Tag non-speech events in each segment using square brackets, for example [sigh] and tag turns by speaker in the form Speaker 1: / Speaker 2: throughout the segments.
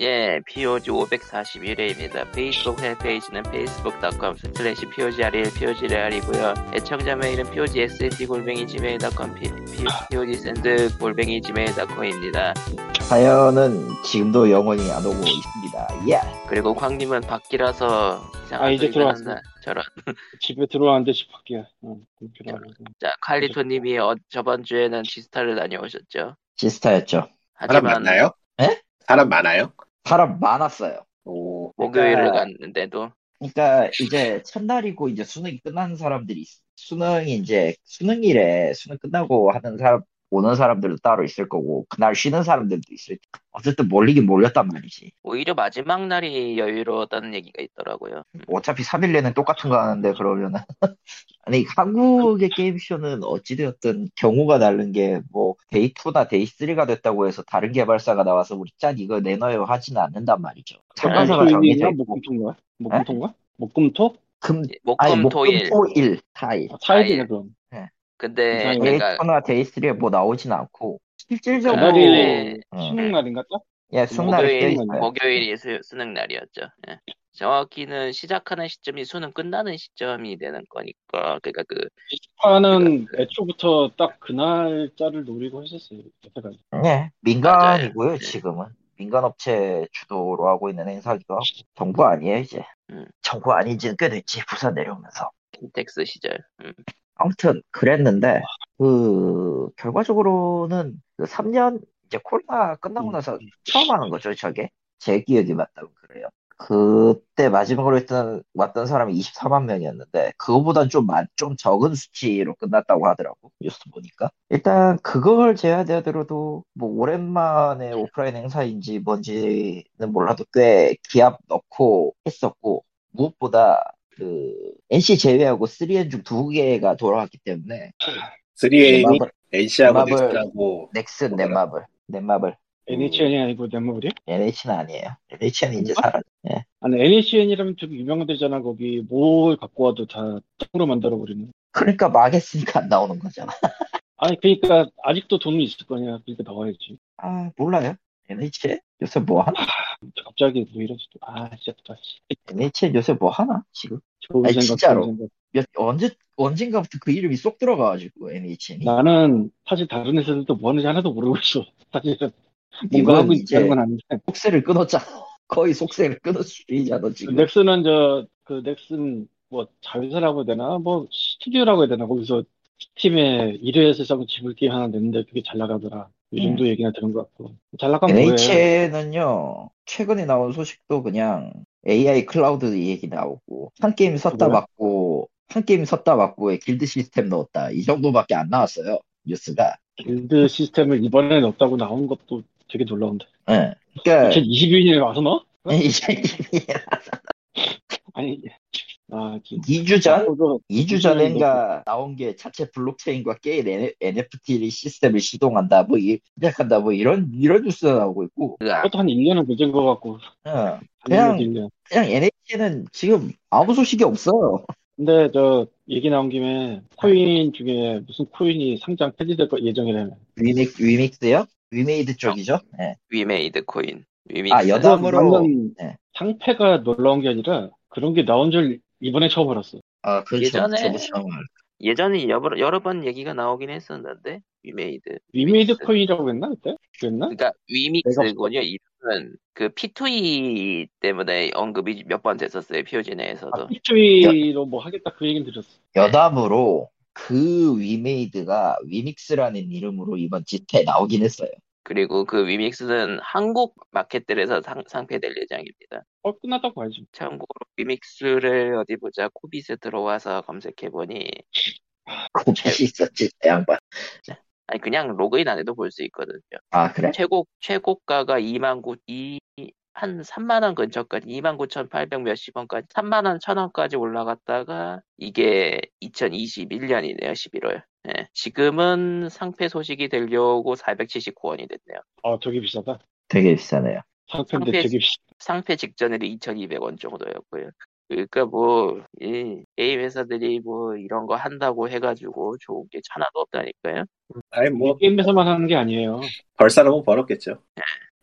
Speaker 1: 예, POG 541회입니다. 페이스북 홈페이지는 facebook.com slash POGRL, POGRL이고요. 애청자 메일은 POGSND골뱅이지메일.com, POGSND골뱅이지메일.com입니다.
Speaker 2: 사연은 지금도 영원히 안 오고 있습니다. 예.
Speaker 1: 그리고 광님은 밖이라서 이상한
Speaker 3: 아, 이제
Speaker 1: 소리가
Speaker 3: 들어왔어요.
Speaker 1: 난다. 저런.
Speaker 3: 집에 들어왔는데 집 밖이야. 응, 그렇게 나가고.
Speaker 1: 자, 칼리토님이 어, 저번 주에는 지스타를 다녀오셨죠.
Speaker 2: 시스타였죠.
Speaker 4: 사람
Speaker 1: 하지만
Speaker 4: 많나요?
Speaker 2: 에?
Speaker 4: 사람 많아요?
Speaker 2: 사람 많았어요.
Speaker 4: 오,
Speaker 3: 네.
Speaker 1: 목요일을
Speaker 2: 그러니까-
Speaker 1: 갔는데도
Speaker 2: 그러니까 이제 첫날이고 이제 수능이 끝나는 사람들이 있- 수능이 이제 수능일에 수능 끝나고 하는 사람 오는 사람들도 따로 있을 거고 그날 쉬는 사람들도 있을 테고 어쨌든 몰리긴 몰렸단 말이지.
Speaker 1: 오히려 마지막 날이 여유로웠다는 얘기가 있더라고요.
Speaker 2: 어차피 3일 내내 똑같은 거 하는데 그러면은 [laughs] 아니 한국의 게임쇼는 어찌되었든 경우가 다른 게 뭐 데이 2나 데이 3가 됐다고 해서 다른 개발사가 나와서 우리 짠 이거 내놔요 하지는 않는단 말이죠. 참가자가 정해져
Speaker 3: 토요일이나
Speaker 1: 뭐
Speaker 2: 있고
Speaker 3: 그 목금토인가? 목금토인가? 목금토?
Speaker 2: 금 아니
Speaker 1: 목금토일.
Speaker 2: 목금토일 사이
Speaker 3: 아,
Speaker 2: 예.
Speaker 3: 사일이네 그럼.
Speaker 1: 근데
Speaker 3: 이상해. 네.
Speaker 2: 데이
Speaker 1: 그러니까
Speaker 2: 2나 데이 3에 뭐 나오진
Speaker 1: 네.
Speaker 2: 않고 실질적으로
Speaker 3: 그날이
Speaker 1: 그날이
Speaker 2: 어,
Speaker 3: 수능 날인가 딱?
Speaker 2: 예 승날이 꽤
Speaker 1: 목요일,
Speaker 3: 수능 날.
Speaker 2: 있어요.
Speaker 1: 목요일이 수, 수능 날이었죠. 예. 정확히는 시작하는 시점이 수능 끝나는 시점이 되는 거니까 그러니까 그
Speaker 3: 파는 애초부터 딱 그날짜를 노리고 했었어요. 여태까지.
Speaker 2: 예 민간이고요 지금은 민간 업체 주도로 하고 있는 행사기도 하고 정부 아니에요 이제
Speaker 1: 음.
Speaker 2: 정부 아닌지는 꽤 됐지 부산 내려오면서.
Speaker 1: 킨텍스 시절. 음.
Speaker 2: 아무튼 그랬는데 그 결과적으로는 그 3년 이제 코로나 끝나고
Speaker 3: 음.
Speaker 2: 나서 처음 하는 거죠 저게 제 기억이 맞다면 그래요 그때 마지막으로 했던 왔던 사람이 24만 명이었는데 그거보단 좀, 많- 좀 적은 수치로 끝났다고 하더라고 뉴스 보니까 일단 그걸 제외하더라도 뭐 오랜만에 오프라인 행사인지 뭔지는 몰라도 꽤 기합 넣고 했었고 무엇보다 그 NC 제외하고 3N 중 두 개가 돌아왔기 때문에
Speaker 3: 네.
Speaker 4: 3A니
Speaker 2: 넷마블,
Speaker 4: NC하고
Speaker 2: 마블.
Speaker 4: 넥슨하고 음.
Speaker 2: 넥슨, 넷마블, 넷마블이
Speaker 3: NHN이 아니고 넷마블이?
Speaker 2: NH는 아니에요. NH는 이제 사라.
Speaker 3: 아니 NHN이라면 되게 유명한 데잖아 거기 뭘 갖고 와도 다 짝으로 만들어버리는.
Speaker 2: 그러니까 망했으니까 안 나오는 거잖아.
Speaker 3: 아니 그러니까 아직도 돈이 있을 거냐 그러니까 나와야지.
Speaker 2: 아 몰라요. NH 요새 뭐 하나?
Speaker 3: 갑자기 뭐 이런 식으로 아 진짜 또 씨,
Speaker 2: NH 요새 뭐 하나? 지금
Speaker 3: 좋은
Speaker 2: 아니,
Speaker 3: 생각
Speaker 2: 진짜로.
Speaker 3: 좋은 생각.
Speaker 2: 몇 언제 언젠가부터 그 이름이 쏙 들어가가지고 NH니
Speaker 3: 나는 사실 다른 회사들도 뭐 하는지 하나도 모르고 있어. [laughs] 사실은
Speaker 2: 이건
Speaker 3: 뭔가 하고
Speaker 2: 이제
Speaker 3: 있다는 건 아닌데.
Speaker 2: 속세를 끊었잖아. [laughs] 거의 속세를 끊었 수준이잖아 너 지금.
Speaker 3: 넥슨은 저 그 넥슨 뭐 자회사라고 해야 되나 뭐 스튜디오라고 해야 되나 거기서 팀의 1회 세상 지불 게임 하나 냈는데 그게 잘 나가더라
Speaker 2: 음.
Speaker 3: 이 정도 얘기나 들은 것 같고 잘 나간 거예요
Speaker 2: NH는요 최근에 나온 소식도 그냥 AI 클라우드 얘기 나오고 한 게임 섰다
Speaker 3: 뭐야?
Speaker 2: 맞고 한 게임 섰다 맞고에 길드 시스템 넣었다 이 정도밖에 안 나왔어요 뉴스가.
Speaker 3: 빌드 시스템을 이번에 넣었다고 나온 것도 되게 놀라운데
Speaker 2: 예. 그러니까
Speaker 3: 2022년에 와서 넣어?
Speaker 2: [laughs] 이제
Speaker 3: 아니 아 진짜
Speaker 2: 2주 전
Speaker 3: 앞으로
Speaker 2: 2주 전인가 나온 게 자체 블록체인과 게임 NFT 시스템을 시동한다 뭐 이- 시작한다 뭐 이런 이런 뉴스가 나오고 있고
Speaker 1: 그 아-
Speaker 3: 그것도 한 1년은 늦은 것 같고
Speaker 2: 예.
Speaker 3: 한
Speaker 2: 그냥-
Speaker 3: 1년, 1년.
Speaker 2: 그냥 NH는 지금 아무 소식이 없어요.
Speaker 3: 근데 저 얘기 나온 김에 코인 중에 무슨 코인이 상장 폐지될 거 예정이라며
Speaker 2: 위믹 위믹스요? 위메이드 쪽이죠. 예.
Speaker 1: 위메이드 코인. 위믹스.
Speaker 2: 아, 여담으로
Speaker 3: 완전
Speaker 2: 네.
Speaker 3: 상패가 놀라운 게 아니라 그런 게 나온 줄 이번에 처음 알았어.
Speaker 2: 아, 그렇죠.
Speaker 1: 예전에-
Speaker 2: 저도 생각을.
Speaker 1: 예전에 여러, 여러 번 얘기가 나오긴 했었는데 위메이드.
Speaker 3: 리메이드 코인이라고 했나 그때? 그랬나?
Speaker 1: 그러니까 위믹스군요. 이름은 그 P2E 때문에 언급이 몇 번 됐었어요. POG
Speaker 3: 아,
Speaker 1: 내에서도.
Speaker 3: 픽투이로 뭐 하겠다 그 얘기는 들었어.
Speaker 2: 네. 여담으로 그 위메이드가 위믹스라는 이름으로 이번 집회에 나오긴 했어요.
Speaker 1: 그리고 그 위믹스는 한국 마켓들에서 상, 상패될 예정입니다.
Speaker 3: 어, 끝났다고 봐야지.
Speaker 1: 참고로 위믹스를 어디 보자 코빗에 들어와서 검색해보니
Speaker 2: 고백이 있었지, 내 양반.
Speaker 1: 아니 그냥 로그인 안 해도 볼 수 있거든요.
Speaker 2: 아, 그래?
Speaker 1: 최고 최고가가 2만 9 이, 한 3만 원 근처까지 2만 9,800 몇십 원까지 3만 원, 1천 원까지 올라갔다가 이게 2021년이네요. 11월. 예. 지금은 상패 소식이 되려고 479원이 됐네요.
Speaker 3: 아, 되게 비싸다.
Speaker 2: 되게 비싸네요.
Speaker 3: 상패인데
Speaker 1: 상패-
Speaker 3: 되게 비싸.
Speaker 1: 상패 직전에도 2,200원 정도였고요. 그러니까 뭐, 이 게임 회사들이 뭐 이런 거 한다고 해가지고 좋은 게 하나도 없다니까요.
Speaker 4: 아니
Speaker 3: 뭐
Speaker 4: 뭐 벌
Speaker 3: 게임에서만 하는 게 아니에요.
Speaker 4: 사람은 벌었겠죠.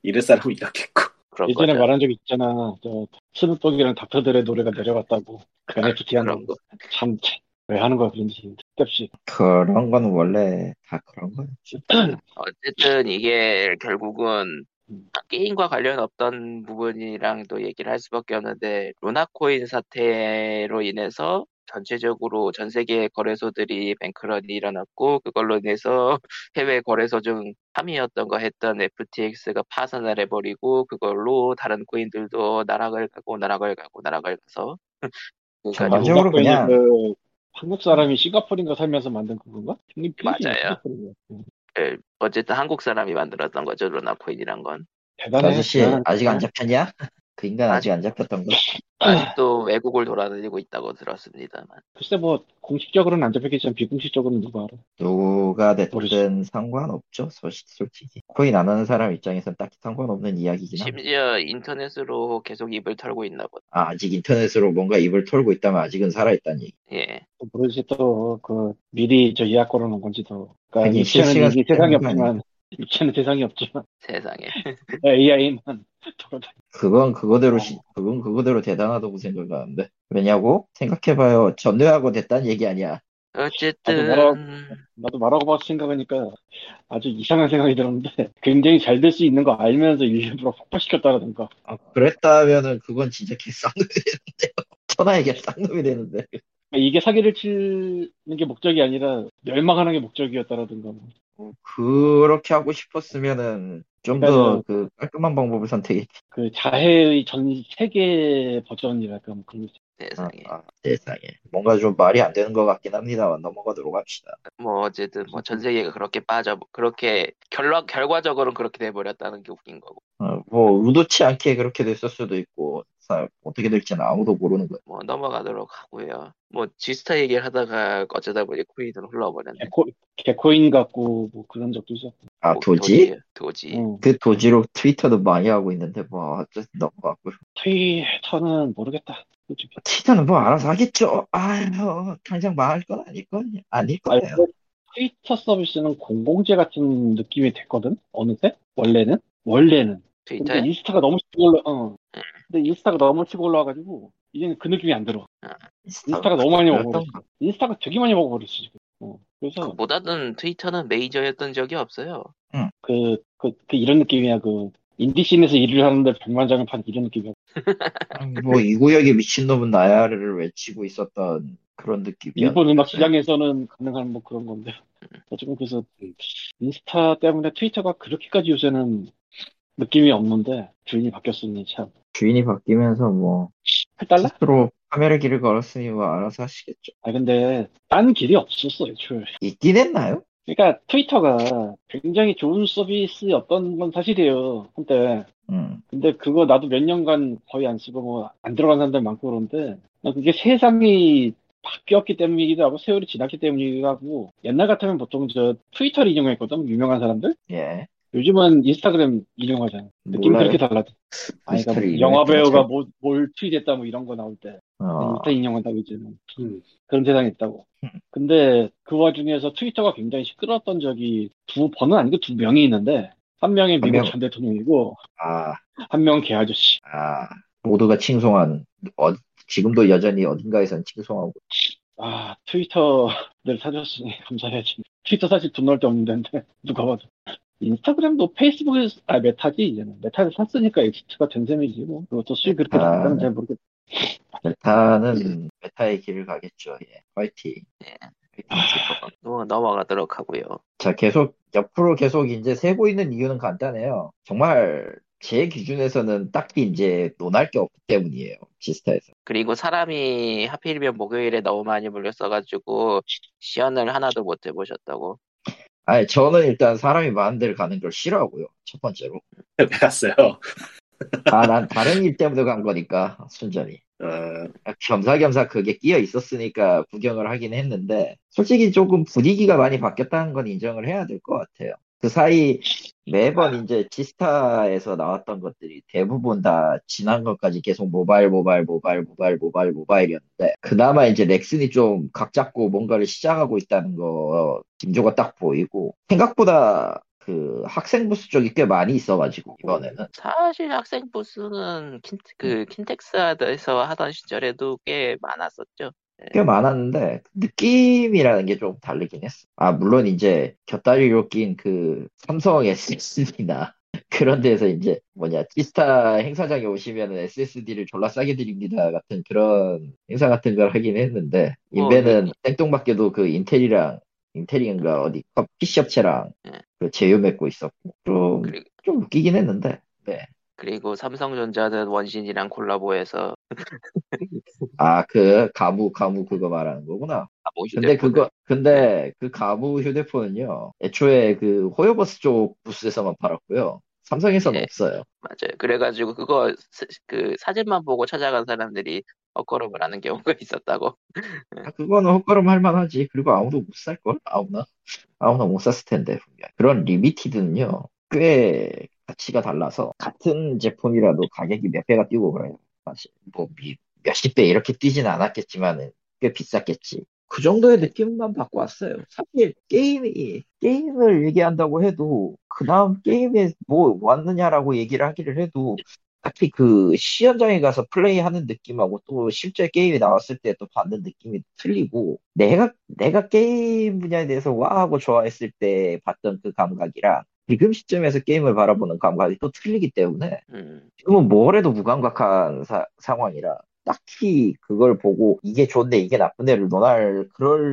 Speaker 4: 잃을 사람은 잃었겠고
Speaker 1: 그런
Speaker 3: 예전에
Speaker 1: 거죠.
Speaker 3: 말한 적 있잖아. 저 스누독이랑 닥터들의 노래가 내려갔다고. NFT
Speaker 1: 그런
Speaker 3: 한다고.
Speaker 1: 거.
Speaker 3: 참, 참, 왜 하는 거야, 그런지. 뜻없이.
Speaker 2: 그런 건 원래 다 그런 거였지.
Speaker 1: 어쨌든 이게 결국은
Speaker 3: 음.
Speaker 1: 게임과 관련 없던 부분이랑도 얘기를 할 수밖에 없는데 루나코인 사태로 인해서 전체적으로 전 세계 거래소들이 뱅크런이 일어났고 그걸로 인해서 [laughs] 해외 거래소 중 3위였던 거 했던 FTX가 파산을 해버리고 그걸로 다른 코인들도 나락을 가고 나락을 가고 나락을 가서 [laughs] 그러니까
Speaker 2: 전반적으로
Speaker 3: 그
Speaker 2: 그냥-
Speaker 3: 그 한국 사람이 싱가포르인가 살면서 만든 그건가? 필리핀,
Speaker 1: 맞아요.
Speaker 3: 싱가포르인가? 응.
Speaker 1: 어쨌든 한국 사람이 만들었던 거죠 루나코인이란 건.
Speaker 2: 그
Speaker 3: 대단해.
Speaker 2: 아저씨
Speaker 3: 대단한-
Speaker 2: 아직 안 잡혔냐? [laughs] 그 인간 아직 안 잡혔던 거야.
Speaker 1: 아직도 외국을 돌아다니고 있다고 들었습니다만.
Speaker 3: 글쎄 뭐 공식적으로는 안 잡혔겠지만 비공식적으로는 누가 알아?
Speaker 2: 누가 됐든
Speaker 3: 모르겠어.
Speaker 2: 상관없죠. 솔직- 솔직히 코인 안 하는 사람 입장에선 딱히 상관없는 이야기긴 한데
Speaker 1: 심지어 인터넷으로 계속 입을 털고 있나 보다.
Speaker 2: 아, 아직 인터넷으로 뭔가 입을 털고 있다면 아직은 살아있다는 얘기.
Speaker 1: 예.
Speaker 3: 또 모르지 또 그 미리 저 예약 걸어놓은 건지 더. 그러니까
Speaker 2: 아니,
Speaker 3: 입체는
Speaker 2: 실시간
Speaker 3: 이게 세상이
Speaker 2: 스캔은
Speaker 3: 없지만 입체는 세상이 없지만 [laughs]
Speaker 2: [laughs]
Speaker 1: 세상에.
Speaker 3: AI만 돌아다니.
Speaker 2: 그건 그거대로 시- 그건 그거대로 대단하다고 생각하는데 왜냐고 생각해봐요 전뇌하고 됐다는 얘기 아니야
Speaker 1: 어쨌든
Speaker 2: 아, 뭐
Speaker 3: 나도 나도 말하고 봐서 생각하니까 아주 이상한 생각이 들었는데 굉장히 잘 될 수 있는 거 알면서 일부러 폭파시켰다라든가.
Speaker 2: 아, 그랬다면은 그건 진짜 개쌍놈이 되는데요 [laughs] 천하에게 쌍놈이 되는데
Speaker 3: 그러니까 이게 사기를 치는 게 목적이 아니라 멸망하는 게 목적이었다라든가. 뭐.
Speaker 2: 그렇게 하고 싶었으면은 좀 더 그 깔끔한 방법을 선택해
Speaker 3: 그 자해의 전 세계 버전이랄까 뭐 그런 거 있죠.
Speaker 2: 아,
Speaker 1: 세상에.
Speaker 2: 아, 세상에 뭔가 좀 말이 안 되는 것 같긴 합니다만 넘어가도록 합시다
Speaker 1: 뭐 어쨌든 뭐
Speaker 2: 음.
Speaker 1: 전 세계가 그렇게 빠져 그렇게 결과 결과적으로는 그렇게 돼 버렸다는 게 웃긴 거고.
Speaker 2: 어, 뭐 의도치 않게 그렇게 됐을 수도 있고 사- 어떻게 될지는 아무도 모르는 거야
Speaker 1: 뭐 넘어가도록 하고요. 뭐 지스타 얘기를 하다가 어쩌다 보니 코인으로 흘러버렸네.
Speaker 3: 개코, 개코인 같고 뭐 그런 적도 어, 있었고.
Speaker 2: 아
Speaker 1: 뭐
Speaker 2: 도지?
Speaker 1: 도지. 도지.
Speaker 3: 응.
Speaker 2: 그 도지로 트위터도 많이 하고 있는데 뭐 어쨌든 넘어가고요
Speaker 3: 트위터는 모르겠다. 솔직히.
Speaker 2: 티타는 뭐 알아서 하겠죠. 아유, 당장 망할 건 아닐 건 아닐
Speaker 3: 아,
Speaker 2: 거예요.
Speaker 3: 근데 트위터 서비스는 공공재 같은 느낌이 됐거든. 어느새 원래는 원래는. 근데
Speaker 1: 트위터에?
Speaker 3: 인스타가 너무 치고 올라. 어.
Speaker 2: 음.
Speaker 1: 응.
Speaker 3: 근데 인스타가 너무 치고 올라와가지고 이제는 그 느낌이 안 들어. 인스타가 너무 많이 뭐. 먹어버렸어.
Speaker 2: 아, 그랬던가?
Speaker 3: 인스타가 되게 많이 먹어버렸어 지금. 어. 그래서
Speaker 1: 그보다는 트위터는 메이저였던 적이 없어요.
Speaker 3: 그, 그, 그 이런 느낌이야. 그 인디씬에서 일을 하는데 백만장을 판 이런 느낌이야.
Speaker 2: 뭐이 구역에 미친놈은 나야를 외치고 있었던 그런 느낌이야.
Speaker 3: 일본 음악 시장에서는 가능한 뭐 그런 건데. 어쨌든 그래서 인스타 때문에 트위터가 그렇게까지 요새는 느낌이 없는데 주인이 바뀌었으니 참.
Speaker 2: 주인이 바뀌면서 뭐
Speaker 3: 해달라?
Speaker 2: 스스로 카메라 길을 걸었으니 뭐 알아서 하시겠죠.
Speaker 3: 아 근데 딴 길이 없었어 애초에.
Speaker 2: 있긴 했나요?
Speaker 3: 그러니까 트위터가 굉장히 좋은 서비스였던 건 사실이에요. 한때.
Speaker 2: 음.
Speaker 3: 근데 그거 나도 몇 년간 거의 안 쓰고 뭐 안 들어간 사람들 많고 그런데 난 그게 세상이 바뀌었기 때문이기도 하고 세월이 지났기 때문이기도 하고 옛날 같으면 보통 저 트위터를 인용했거든 유명한 사람들
Speaker 2: 예.
Speaker 3: 요즘은 인스타그램 인용하잖아. 느낌이
Speaker 2: 몰라요.
Speaker 3: 그렇게 달라져. 아니, 그러니까
Speaker 2: 인스타를
Speaker 3: 영화
Speaker 2: 인용했던
Speaker 3: 배우가
Speaker 2: 참-
Speaker 3: 뭐- 뭘 트윗했다 뭐 이런 거 나올 때
Speaker 2: 어,
Speaker 3: 인스타 인용한다고 이제는
Speaker 4: 음.
Speaker 3: 그런 세상이 있다고.
Speaker 2: 음.
Speaker 3: 근데 그 와중에서 트위터가 굉장히 시끄러웠던 적이 두 번은 아니고 두 명이 있는데 한 명이 미국
Speaker 2: 명.
Speaker 3: 전 대통령이고
Speaker 2: 아,
Speaker 3: 한 명은 개 아저씨.
Speaker 2: 아, 모두가 칭송한 어, 지금도 여전히 어딘가에선 칭송하고
Speaker 3: 아 트위터를 사줬으니 [laughs] 감사해야지. 트위터 사실 돈 넣을 데 없는데 [laughs] 누가 봐도. 인스타그램도 페이스북에 아 메타지 이제는 메타를 샀으니까 엑시트가 된 셈이지 뭐 그것도 수익 그렇게
Speaker 2: 아,
Speaker 3: 나가면 잘 모르겠. 네.
Speaker 2: 메타는 메타의 길을 가겠죠. 예. 화이팅.
Speaker 1: 예.
Speaker 2: 화이팅 칠것 같고.
Speaker 1: 뭐 넘어가도록 하고요.
Speaker 2: 자, 계속, 옆으로 계속 이제 세고 있는 이유는 간단해요. 정말 제 기준에서는 딱히 이제 논할 게 없기 때문이에요. 지스타에서.
Speaker 1: 그리고 사람이 하필이면 목요일에 너무 많이 몰렸어가지고 시연을 하나도 못 해보셨다고.
Speaker 2: 아니, 저는 일단 사람이 많은 데를 가는 걸 싫어하고요. 첫 번째로.
Speaker 4: 왜 갔어요?
Speaker 2: 아, 난 다른 일 때문에 간 거니까, 순전히.
Speaker 4: 어,
Speaker 2: 겸사겸사 그게 끼어 있었으니까 구경을 하긴 했는데, 솔직히 조금 분위기가 많이 바뀌었다는 건 인정을 해야 될 것 같아요. 그 사이 매번 이제 지스타에서 나왔던 것들이 대부분 다 지난 것까지 계속 모바일, 모바일, 모바일, 모바일, 모바일, 모바일이었는데, 그나마 이제 넥슨이 좀 각 잡고 뭔가를 시작하고 있다는 거, 징조가 딱 보이고, 생각보다 그 학생 부스 쪽이 꽤 많이 있어가지고 이번에는
Speaker 1: 사실 학생 부스는 킨,
Speaker 2: 음.
Speaker 1: 그 킨텍스에서 하던 시절에도 꽤 많았었죠.
Speaker 2: 꽤 많았는데 느낌이라는 게 좀 다르긴 했어. 아 물론 이제 곁다리로 낀 그 삼성 SSD나 [laughs] 그런 데서 이제 뭐냐 티스타 행사장에 오시면은 SSD를 졸라 싸게 드립니다 같은 그런 행사 같은 걸 하긴 했는데 인베는
Speaker 1: 어,
Speaker 2: 땡뚱밖에도 그 인텔이랑 인텔인가 어디 컵 PC 업체랑
Speaker 1: 네.
Speaker 2: 그 제휴 맺고 있었고 좀,
Speaker 1: 그리고,
Speaker 2: 좀 웃기긴 했는데
Speaker 1: 그리고 삼성전자는 원신이랑 콜라보해서
Speaker 2: 아 그 가무 가무 그거 말하는 거구나.
Speaker 1: 가보
Speaker 2: 근데
Speaker 1: 뭐 휴대폰을
Speaker 2: 그거, 근데 그 가무 휴대폰은요, 애초에 그 호요버스 쪽 부스에서만 팔았고요. 삼성에서는
Speaker 1: 예.
Speaker 2: 없어요.
Speaker 1: 맞아요. 그래가지고 그거 스- 그 사진만 보고 찾아간 사람들이 헛걸음을 하는 경우가 [laughs] 있었다고.
Speaker 2: 아, 그거는 헛걸음 할 만하지. 그리고 아무도 못 살걸? 아무나? 아무나 못 샀을 텐데, 분명. 그런 리미티드는요, 꽤 가치가 달라서, 같은 제품이라도 가격이 몇 배가 뛰고 그래요. 사실. 뭐, 미- 몇십 배 이렇게 뛰진 않았겠지만은, 꽤 비쌌겠지. 그 정도의 느낌만 받고 왔어요. 사실, 게임이, 게임을 얘기한다고 해도, 그 다음 게임에 뭐 왔느냐라고 얘기를 하기를 해도, 딱히 그 시연장에 가서 플레이하는 느낌하고 또 실제 게임이 나왔을 때 또 받는 느낌이 틀리고 내가 내가 게임 분야에 대해서 와하고 좋아했을 때 봤던 그 감각이랑 지금 시점에서 게임을 바라보는 감각이 또 틀리기 때문에
Speaker 1: 음,
Speaker 2: 지금은 뭘 해도 무감각한 사- 상황이라 딱히 그걸 보고 이게 좋네 이게 나쁘네를 논할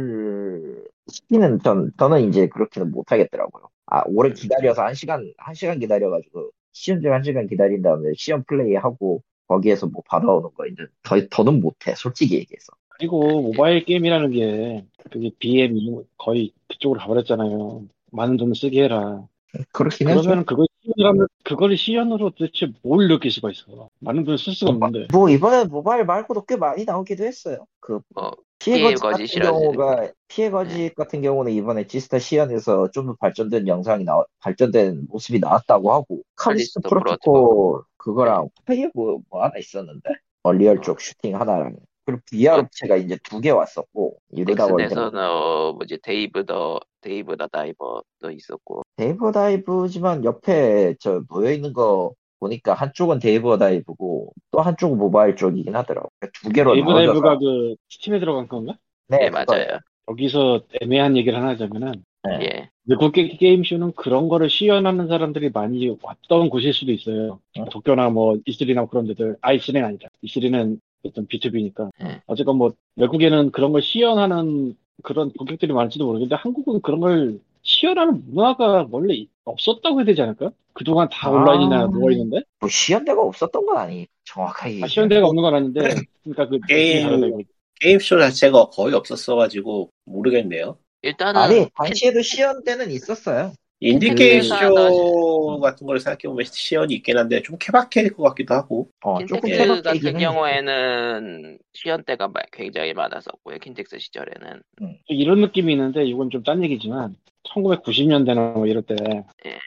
Speaker 2: 그럴 시기는 전 저는 이제 그렇게는 못하겠더라고요. 아 오래
Speaker 3: 네.
Speaker 2: 기다려서 한 시간 한 시간 기다려가지고 시험 중한 시간 기다린 다음에 시험 플레이 하고 거기에서 뭐 받아오는 거 이제 더 더는 못해 솔직히 얘기해서.
Speaker 3: 그리고 모바일 게임이라는 게 그게 BM이 거의 그쪽으로 가버렸잖아요. 많은 돈을 쓰게 해라.
Speaker 2: 그렇긴 해서
Speaker 3: 그러면 그걸 시연으로, 그걸 시연으로 도대체 뭘 느낄 수가 있어? 많은 돈을 쓸 수가 없는데.
Speaker 2: 뭐 이번에 모바일 말고도 꽤 많이 나오기도 했어요. 그
Speaker 1: 뭐,
Speaker 2: 피해거지
Speaker 1: 피해거지 네.
Speaker 2: 같은
Speaker 1: 싫어하지.
Speaker 2: 경우가 피해거지 같은 경우는 이번에 지스타 시연에서 좀 더 발전된 영상이 나 발전된 모습이 나왔다고 하고 카리스토
Speaker 1: 칼리스토
Speaker 2: 프로토콜 그거랑
Speaker 1: 네.
Speaker 2: 파이어 뭐, 뭐 하나 있었는데 얼리얼
Speaker 1: 어.
Speaker 2: 쪽 슈팅 하나랑 그리고 VR
Speaker 1: 그렇죠.
Speaker 2: 업체가 이제 두 개 왔었고 이러다 보니까
Speaker 1: 넥슨에서는 어, 뭐지 데이브 더 데이브 더 다이버도 있었고
Speaker 2: 데이버 다이브지만 옆에 저 놓여 있는 거 보니까 한쪽은 데이버 다이브고 또 한쪽은 모바일 쪽이긴 하더라고 두 개로
Speaker 3: 데이브
Speaker 2: 나눠져서
Speaker 3: 다이브가 그 스팀에 들어간 건가?
Speaker 2: 네
Speaker 1: 예
Speaker 2: 그거-
Speaker 1: 맞아요.
Speaker 3: 여기서 애매한 얘기를 하나 하자면은
Speaker 2: 네.
Speaker 1: 예.
Speaker 3: 외국 게- 게임쇼는 그런 거를 시연하는 사람들이 많이 왔던 곳일 수도 있어요.
Speaker 2: 어.
Speaker 3: 도쿄나 뭐 이슬이나 그런 데들. 아 이슬이는 아니다. 이슬이는 어떤 B2B니까.
Speaker 1: 네.
Speaker 3: 어쨌건 뭐 외국에는 그런 걸 시연하는 그런 고객들이 많을지도 모르겠는데 한국은 그런 걸 시연하는 문화가 원래 없었다고 해야 되지 않을까? 그동안 다
Speaker 2: 아.
Speaker 3: 온라인이나 누워있는데
Speaker 2: 뭐 시연대가 없었던 건 아니 정확하게
Speaker 3: 아, 시연대가 없는 건 아닌데 그러니까 그
Speaker 4: 게임.
Speaker 3: 다른 데가.
Speaker 4: 게임쇼 자체가 거의 없었어가지고 모르겠네요.
Speaker 1: 일단은
Speaker 2: 아니
Speaker 1: 핀-
Speaker 2: 당시에도 시연대는 있었어요.
Speaker 4: 인디
Speaker 3: 그
Speaker 4: 음, 게임쇼 같은 걸 생각해보면 시연이 있긴 한데 좀 케바케일 것 같기도 하고
Speaker 2: 어 조금
Speaker 1: 킨텍스 네,
Speaker 2: 해봤긴
Speaker 1: 같은
Speaker 2: 했는데.
Speaker 1: 경우에는 시연대가 마- 굉장히 많았었고요. 킨텍스 시절에는
Speaker 3: 이런 느낌이 있는데 이건 좀 딴 얘기지만 1990년대나 뭐 이럴 때
Speaker 1: 예.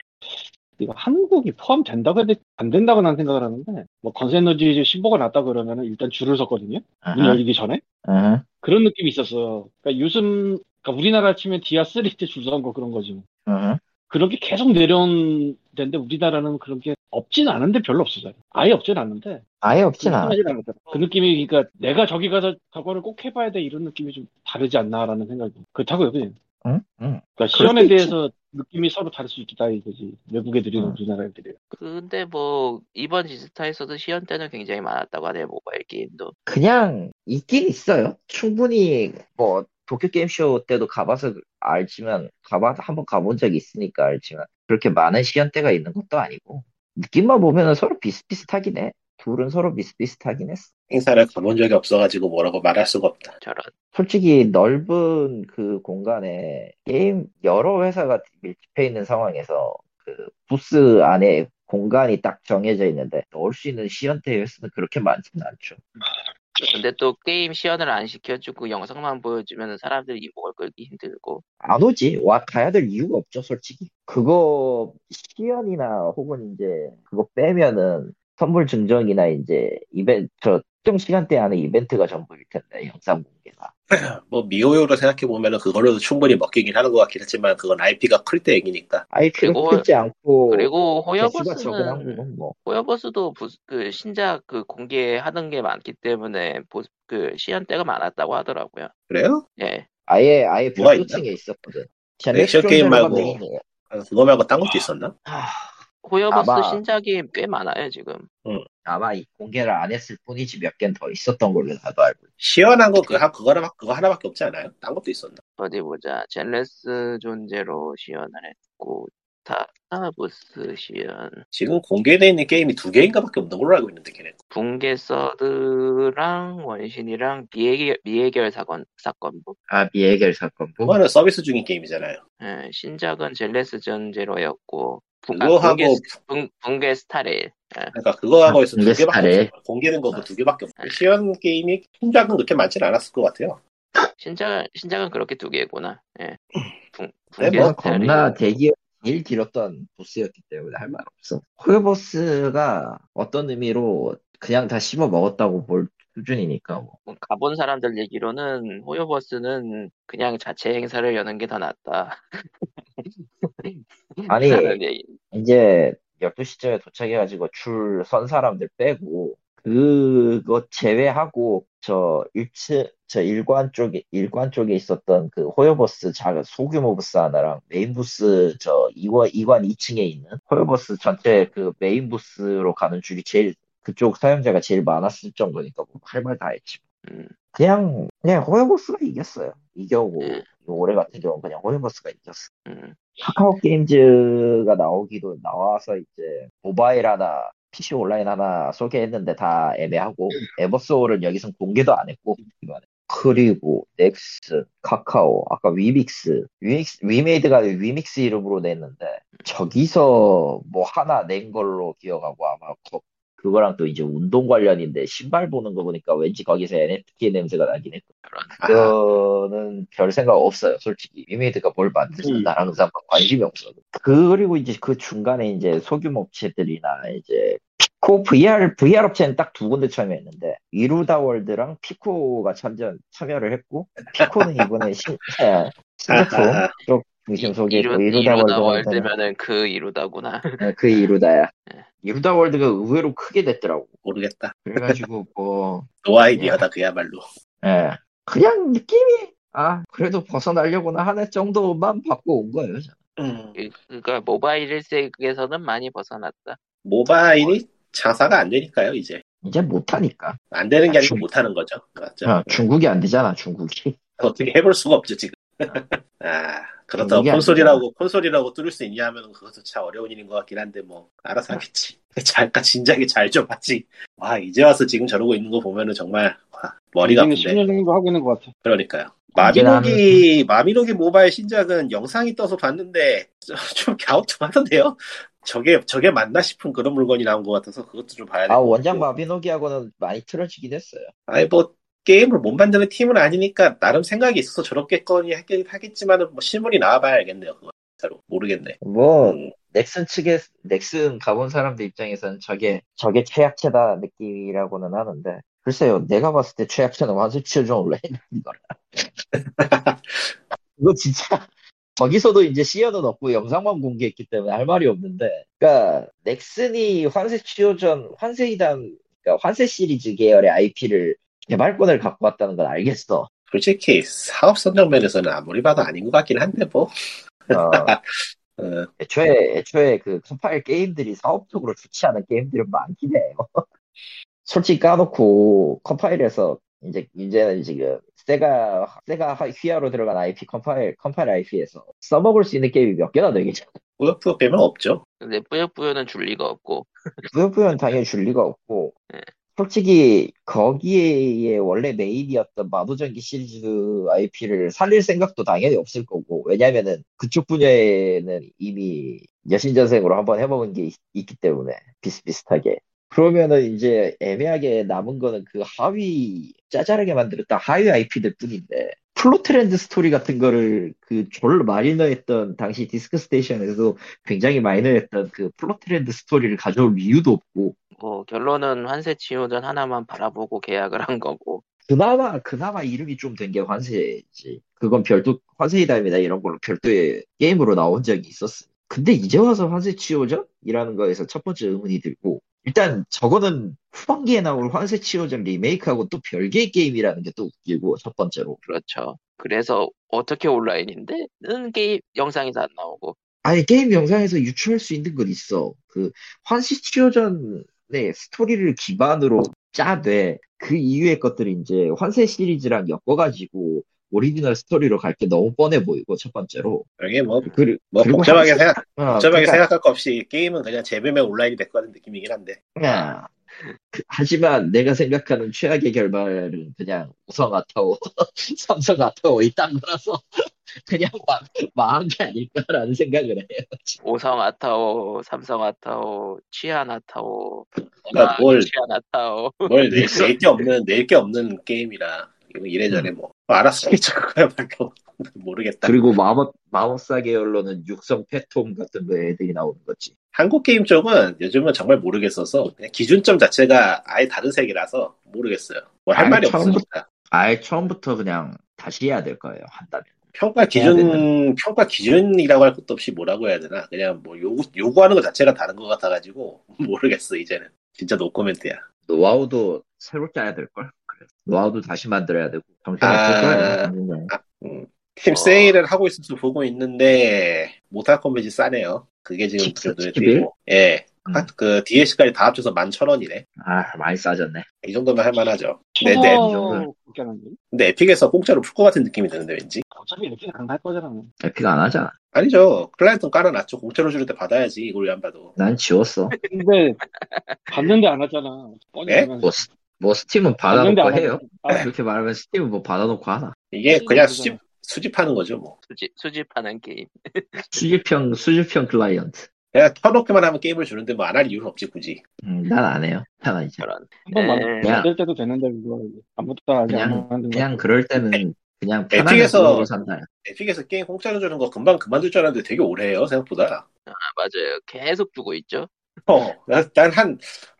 Speaker 3: 이거 한국이 포함된다고 해야 돼? 안 된다고 난 생각을 하는데 뭐 건센너지 신보가 났다 그러면 일단 줄을 섰거든요
Speaker 2: 아.
Speaker 3: 문 열리기 전에
Speaker 2: 아하.
Speaker 3: 그런 느낌이 있었어요 그러니까 요즘 그러니까 우리나라 치면 디아3 때 줄 선 거 그런 거지 뭐.
Speaker 2: 아하.
Speaker 3: 그렇게 계속 내려온 데인데 우리나라는 그런 게 없진 않은데 별로 없었어요 아예 없진 않는데
Speaker 2: 아예 없진 않아.
Speaker 3: 흔하진 않았잖아. 그 느낌이 그러니까 내가 저기 가서 저거를 꼭 해봐야 돼 이런 느낌이 좀 다르지 않나라는 생각이 그렇다고요 그냥
Speaker 2: 응? 응.
Speaker 3: 그러니까
Speaker 2: 그럴
Speaker 3: 시연에
Speaker 2: 수 있지.
Speaker 3: 대해서 느낌이 서로 다를 수 있다 이거지. 외국 애들이
Speaker 2: 음.
Speaker 3: 우리나라 애들이.
Speaker 1: 근데 뭐 이번 지스타에서도 시연대는 굉장히 많았다고 하네요. 모바일 게임도.
Speaker 2: 그냥 있긴 있어요. 충분히 뭐 도쿄 게임쇼 때도 가봐서 알지만 가봐 한번 가본 적이 있으니까 알지만 그렇게 많은 시연대가 있는 것도 아니고 느낌만 보면은 서로 비슷비슷하긴 해. 둘은 서로 비슷비슷하긴 했어.
Speaker 4: 행사를 가본 적이 없어가지고 뭐라고 말할 수가 없다.
Speaker 1: 저런
Speaker 2: 솔직히 넓은 그 공간에 게임 여러 회사가 밀집해 있는 상황에서 그 부스 안에 공간이 딱 정해져 있는데 넣을 수 있는 시연대 횟수는 그렇게 많지는 않죠.
Speaker 1: 근데 또 게임 시연을 안 시켜주고 영상만 보여주면 사람들이 이목을 끌기 힘들고
Speaker 2: 안 오지. 와 가야 될 이유가 없죠, 솔직히. 그거 시연이나 혹은 이제 그거 빼면은 선물 증정이나 이제 이벤트 저 특정 시간대 안에 이벤트가 전부일 텐데 영상 공개나
Speaker 4: 뭐 미호요로 생각해 보면은 그걸로도 충분히 먹히긴 하는 것 같긴 했지만 그건 IP가 클 때 얘기니까.
Speaker 2: IP가
Speaker 1: 그리고-
Speaker 2: 크지 않고
Speaker 1: 그리고
Speaker 2: 개수가 적은
Speaker 1: 호야버스는
Speaker 2: 한국은 뭐
Speaker 1: 호야버스도 부- 그 신작 그 공개하는 게 많기 때문에 보- 그 시연대가 많았다고 하더라고요.
Speaker 4: 그래요?
Speaker 1: 예.
Speaker 2: 아예 아예
Speaker 4: 뭐가
Speaker 2: 별도
Speaker 4: 있나?
Speaker 2: 층에 있었거든.
Speaker 4: 액션 게임 말고.
Speaker 2: 요
Speaker 4: 아, 그거 말고 딴 것도 있었나?
Speaker 1: 호야버스
Speaker 2: 아마-
Speaker 1: 신작이 꽤 많아요, 지금.
Speaker 2: 아마 이 공개를 안 했을 뿐이지 몇 개는 더 있었던 걸로 나도 알고. 있어.
Speaker 4: 시연한 거 그, 그거, 하나, 그거 하나밖에 없지 않아요? 딴 것도 있었나?
Speaker 1: 어디 보자. 젤레스 존재로 시연을 했고, 타타부스 시연,
Speaker 4: 지금 공개되어 있는 게임이 두 개인가 밖에 없는 걸로 알고 있는데 걔네.
Speaker 1: 붕괴 서드랑 원신이랑 미해결, 미해결 사건, 사건부.
Speaker 2: 아 미해결 사건 뭐?
Speaker 4: 그거는 서비스 중인 게임이잖아요.
Speaker 1: 예, 신작은 젤레스 존재로였고, 붕, 아,
Speaker 4: 그거하고
Speaker 1: 붕괴, 스- 붕, 붕괴 스타레일.
Speaker 4: 그러니까 그거하고에서 두
Speaker 2: 공개
Speaker 4: 개밖에
Speaker 2: 스타일.
Speaker 4: 없어요. 공개된 거 그 두 개밖에
Speaker 2: 아.
Speaker 4: 없고 시연 게임이 품작은 그렇게 많진 않았을 것 같아요.
Speaker 1: 신작, 신작은 그렇게 두 개구나. 예. 붕,
Speaker 4: 네,
Speaker 1: 붕괴
Speaker 2: 뭐
Speaker 1: 스타레일.
Speaker 2: 겁나 대기업 제일 길었던 보스였기 때문에 할 말 없어. 콜보스가 어떤 의미로 그냥 다 씹어 먹었다고 볼 수준이니까 뭐.
Speaker 1: 뭐 가본 사람들 얘기로는 호요버스는 그냥 자체 행사를 여는 게 더 낫다.
Speaker 2: 아니,
Speaker 1: 라는 얘기.
Speaker 2: 이제 12시쯤에 도착해가지고 줄 선 사람들 빼고 그거 제외하고 저 1층 저 일관 쪽에 일관 쪽에 있었던 그 호요버스 작은 소규모 부스 하나랑 메인 부스 저 2관 2관 2층에 있는 호요버스 전체 그 메인 부스로 가는 줄이 제일 그쪽 사용자가 제일 많았을 정도니까 뭐 할 말 다 했지.
Speaker 1: 음.
Speaker 2: 그냥 그냥 호요버스가 이겼어요. 이겨고
Speaker 1: 음.
Speaker 2: 올해 같은 경우는 그냥 호요버스가 이겼어.
Speaker 1: 음.
Speaker 2: 카카오 게임즈가 나오기도 나와서 이제 모바일 하나, PC 온라인 하나 소개했는데 다 애매하고 에버소울은 여기선 공개도 안 했고 그리고 넥슨, 카카오, 아까 위믹스, 위믹스 위메이드가 위믹스 이름으로 냈는데 저기서 뭐 하나 낸 걸로 기억하고 아마 거- 그거랑 또 이제 운동 관련인데 신발 보는 거 보니까 왠지 거기서 NFT 냄새가 나긴 했고
Speaker 4: 아,
Speaker 2: 저는 별 생각 없어요, 솔직히. 위메이드가 뭘 만드는 나 항상 관심이 없어. 그리고 이제 그 중간에 이제 소규모 업체들이나 이제 피코 VR, VR 업체는 딱 두 군데 참여했는데, 이루다 월드랑 피코가 참여, 참여를 했고, 피코는 이번에 신, 예,
Speaker 3: 그렇죠.
Speaker 2: 신제품
Speaker 4: 아하.
Speaker 2: 쪽 중심 소개했고, 그
Speaker 1: 이루-
Speaker 2: 이루다
Speaker 1: 이루다
Speaker 2: 월드는
Speaker 1: 월드면은 예. 그 이루다구나. [laughs]
Speaker 2: 예, 그 이루다야. 이루다 월드가 의외로 크게 됐더라고.
Speaker 4: 모르겠다.
Speaker 2: [laughs] 그래가지고 뭐,
Speaker 4: 노아이디어다 그야말로.
Speaker 2: 예. 그냥 느낌이, 아, 그래도 벗어나려고나 하는 정도만 받고 온 거예요. 저는.
Speaker 4: 음.
Speaker 1: 그- 그러니까 모바일 일색에서는 많이 벗어났다.
Speaker 4: 모바일이 장사가 안 되니까요, 이제.
Speaker 2: 이제 못하니까.
Speaker 4: 안 되는 게
Speaker 2: 아,
Speaker 4: 아니고
Speaker 2: 중-
Speaker 4: 못하는 거죠. 맞죠?
Speaker 2: 아, 중국이 안 되잖아, 중국이.
Speaker 4: 어떻게 해볼 수가 없죠, 지금. [laughs] 아, 그렇다고
Speaker 2: 이게 안
Speaker 4: 콘솔이라고, 콘솔이라고 뚫을 수 있냐 하면 그것도 참 어려운 일인 것 같긴 한데, 뭐, 알아서 하겠지. [laughs] 잠깐 진작에 잘 좀 하지. 와, 이제 와서 지금 저러고 있는 거 보면은 정말, 와, 머리가
Speaker 3: 이제는
Speaker 4: 아픈데.
Speaker 3: 10년 정도 하고 있는 것 같아.
Speaker 4: 그러니까요.
Speaker 2: 이제
Speaker 4: 마비노기, 마비노기 모바일 신작은 영상이 떠서 봤는데, 좀 갸우뚱하던데요? 저게, 저게 맞나 싶은 그런 물건이 나온 것 같아서 그것도 좀 봐야
Speaker 2: 아,
Speaker 4: 될것
Speaker 2: 원작
Speaker 4: 같고.
Speaker 2: 마비노기하고는 많이 틀어지긴 했어요.
Speaker 4: 아니 뭐 게임을 못 만드는 팀은 아니니까 나름 생각이 있어서 저렇게거니 하긴 하겠지만은 뭐 실물이 나와봐야 알겠네요. 그건 진짜로 모르겠네.
Speaker 2: 뭐,
Speaker 4: 음,
Speaker 2: 넥슨 측에, 넥슨 가본 사람들 입장에서는 저게, 저게 최약체다 느낌이라고는 하는데, 글쎄요, 내가 봤을 때 최약체는 완수치료종 온라인 이거라. 이거 진짜, [laughs] 거기서도 이제 시연은 없고 영상만 공개했기 때문에 할 말이 없는데, 그러니까 넥슨이 환세 치료전 환세이단 그러니까 환세 시리즈 계열의 IP를 개발권을 갖고 왔다는 건 알겠어.
Speaker 4: 솔직히 사업 선정 면에서는 아무리 봐도 아닌 것 같긴 한데 뭐.
Speaker 2: 어,
Speaker 4: 어,
Speaker 2: 애초에 애초에 그 컴파일 게임들이 사업적으로 좋지 않은 게임들은 많긴 해요. [laughs] 솔직히 까놓고 컴파일에서 이제 이제는 지금 세가 세가 휘하로 들어간 IP 컴파일 컴파일 IP에서 써먹을 수 있는 게임이 몇 개나 되겠죠.
Speaker 4: 꾸역꾸역 빼면 없죠.
Speaker 1: 근데 뿌옇뿌옇은 줄 리가 없고.
Speaker 2: 뿌연뿌연 그 당연히 줄 리가 없고,
Speaker 1: 네.
Speaker 2: 솔직히 거기에 원래 메인이었던 마도전기 시리즈 IP를 살릴 생각도 당연히 없을 거고, 왜냐면은 그쪽 분야에는 이미 여신전생으로 한번 해먹은 게 있, 기 때문에, 비슷비슷하게. 그러면은 이제 애매하게 남은 거는 그 하위, 짜잘하게 만들었던 하위 IP들 뿐인데, 플롯 트렌드 스토리 같은 거를 그 졸로 마이너했던 당시 디스크 스테이션에서도 굉장히 마이너했던 그 플롯 트렌드 스토리를 가져올 이유도 없고
Speaker 1: 뭐 결론은 환세 치유전 하나만 바라보고 계약을 한 거고.
Speaker 2: 그나마 그나마 이름이 좀 된 게 환세지. 그건 별도 환세의 담이다 이런 걸로 별도의 게임으로 나온 적이 있었어. 근데 이제 와서 환세 치오전? 이라는 거에서 첫 번째 의문이 들고 일단 저거는 후반기에 나올 환세 치오전 리메이크하고 또 별개의 게임이라는 게 또 웃기고 첫 번째로
Speaker 1: 그렇죠. 그래서 어떻게 온라인인데는 게임 영상에서 안 나오고
Speaker 2: 아니 게임 영상에서 유추할 수 있는 건 있어. 그 환세 치오전의 스토리를 기반으로 짜되 그 이후의 것들이 이제 환세 시리즈랑 엮어가지고 오리지널 스토리로 갈 게 너무 뻔해 보이고 첫 번째로
Speaker 4: 이게 뭐,
Speaker 2: 그리,
Speaker 4: 뭐
Speaker 2: 그리고
Speaker 4: 복잡하게 생각
Speaker 2: 한- 어,
Speaker 4: 복잡하게
Speaker 2: 그러니까
Speaker 4: 생각할 거 없이 게임은 그냥 재배면 온라인이 될 거 같은 느낌이긴 한데
Speaker 2: 야, 그- 하지만 내가 생각하는 최악의 결말은 그냥 우성 아타오, [laughs] 삼성 아타오 이딴 거라서 [laughs] 그냥 마, 망한 게 아닐까라는 생각을 해요.
Speaker 1: 오성 아타오, 삼성 아타오, 치안 아타오,
Speaker 4: 그러니까 뭘-
Speaker 1: 치안 아타오. [laughs]
Speaker 4: 뭘 낼 게 없는 낼 게 없는 게임이라 이거 이래저래 뭐 알아서 [laughs] 해줄 거야말로 모르겠다.
Speaker 2: 음. 그리고 마법, 마법사 계열로는 육성 패톰 같은 거 애들이 나오는 거지.
Speaker 4: 한국 게임 쪽은 요즘은 정말 모르겠어서 그냥 기준점 자체가 아예 다른 세계라서 모르겠어요. 뭘 할
Speaker 2: 아예
Speaker 4: 말이
Speaker 2: 처음부터-
Speaker 4: 없으니까
Speaker 2: 아예 처음부터 그냥 다시 해야 될 거예요, 한다면.
Speaker 4: 평가
Speaker 2: 해야
Speaker 4: 기준 평가 기준이라고 할 것도 없이 뭐라고 해야 되나 그냥 뭐 요구 요구하는 것 자체가 다른 것 같아가지고 [laughs] 모르겠어 이제는 진짜 노코멘트야.
Speaker 2: 노하우도 새로 짜야 될걸? 그래서 노하우도 다시 만들어야 되고, 정신
Speaker 4: 아.
Speaker 2: 없을 거예요, 당분간.
Speaker 4: 음, 팀
Speaker 1: 어.
Speaker 4: 세일을 하고 있을 줄 보고 있는데 모탈 컴뱃이 싸네요. 그게 지금
Speaker 2: 십사,
Speaker 4: 그 눈에
Speaker 2: 십일?
Speaker 4: 띄고 예.
Speaker 2: 음.
Speaker 4: 하- 그 DLC까지 다 합쳐서 11,000원이네.
Speaker 2: 아, 많이 싸졌네.
Speaker 4: 이 정도면 할 만하죠. 네, 네.
Speaker 3: 추가 국가는
Speaker 4: 근데 에픽에서 공짜로 풀 것 같은 느낌이 드는데 왠지.
Speaker 3: 어차피 이렇게 안 할 거잖아.
Speaker 2: 에픽 안 하잖아.
Speaker 4: 아니죠. 클라이언트 깔아놨죠. 공짜로 줄때 받아야지. 이걸 왜 안 받아?
Speaker 2: 난 지웠어.
Speaker 3: 근데 봤는데 안 하잖아. 뻔히
Speaker 4: 에?
Speaker 3: 보면서.
Speaker 2: 뭐, 스- 뭐 스팀은
Speaker 3: 봤는데
Speaker 2: 받아놓고
Speaker 3: 안
Speaker 2: 해요.
Speaker 3: 하잖아. 아,
Speaker 2: 그렇게 말하면 스팀은 뭐 받아놓고 하나.
Speaker 4: 이게 그냥 수집
Speaker 3: 그거잖아.
Speaker 4: 수집하는 거죠. 뭐
Speaker 1: 수집 수집하는 게임.
Speaker 2: 수집형 수집형 클라이언트.
Speaker 4: 그냥 켜놓기만 하면 게임을 주는데 뭐 안 할 이유는 없지 굳이.
Speaker 2: 음, 난 안 해요. 편하게.
Speaker 1: 저런.
Speaker 3: 한번 만-
Speaker 1: 네.
Speaker 3: 만들 때도 되는데 그거 아무것도 아직
Speaker 2: 그냥-
Speaker 3: 안 만든 거.
Speaker 2: 그냥 그럴 때는 그냥 편하게
Speaker 4: 에픽에서-
Speaker 2: 돈으로 산다.
Speaker 4: 에픽에서 게임 공짜로 주는 거 금방 그만둘 줄 알았는데 되게 오래 해요 생각보다.
Speaker 1: 아, 맞아요. 계속 주고 있죠.
Speaker 4: 어,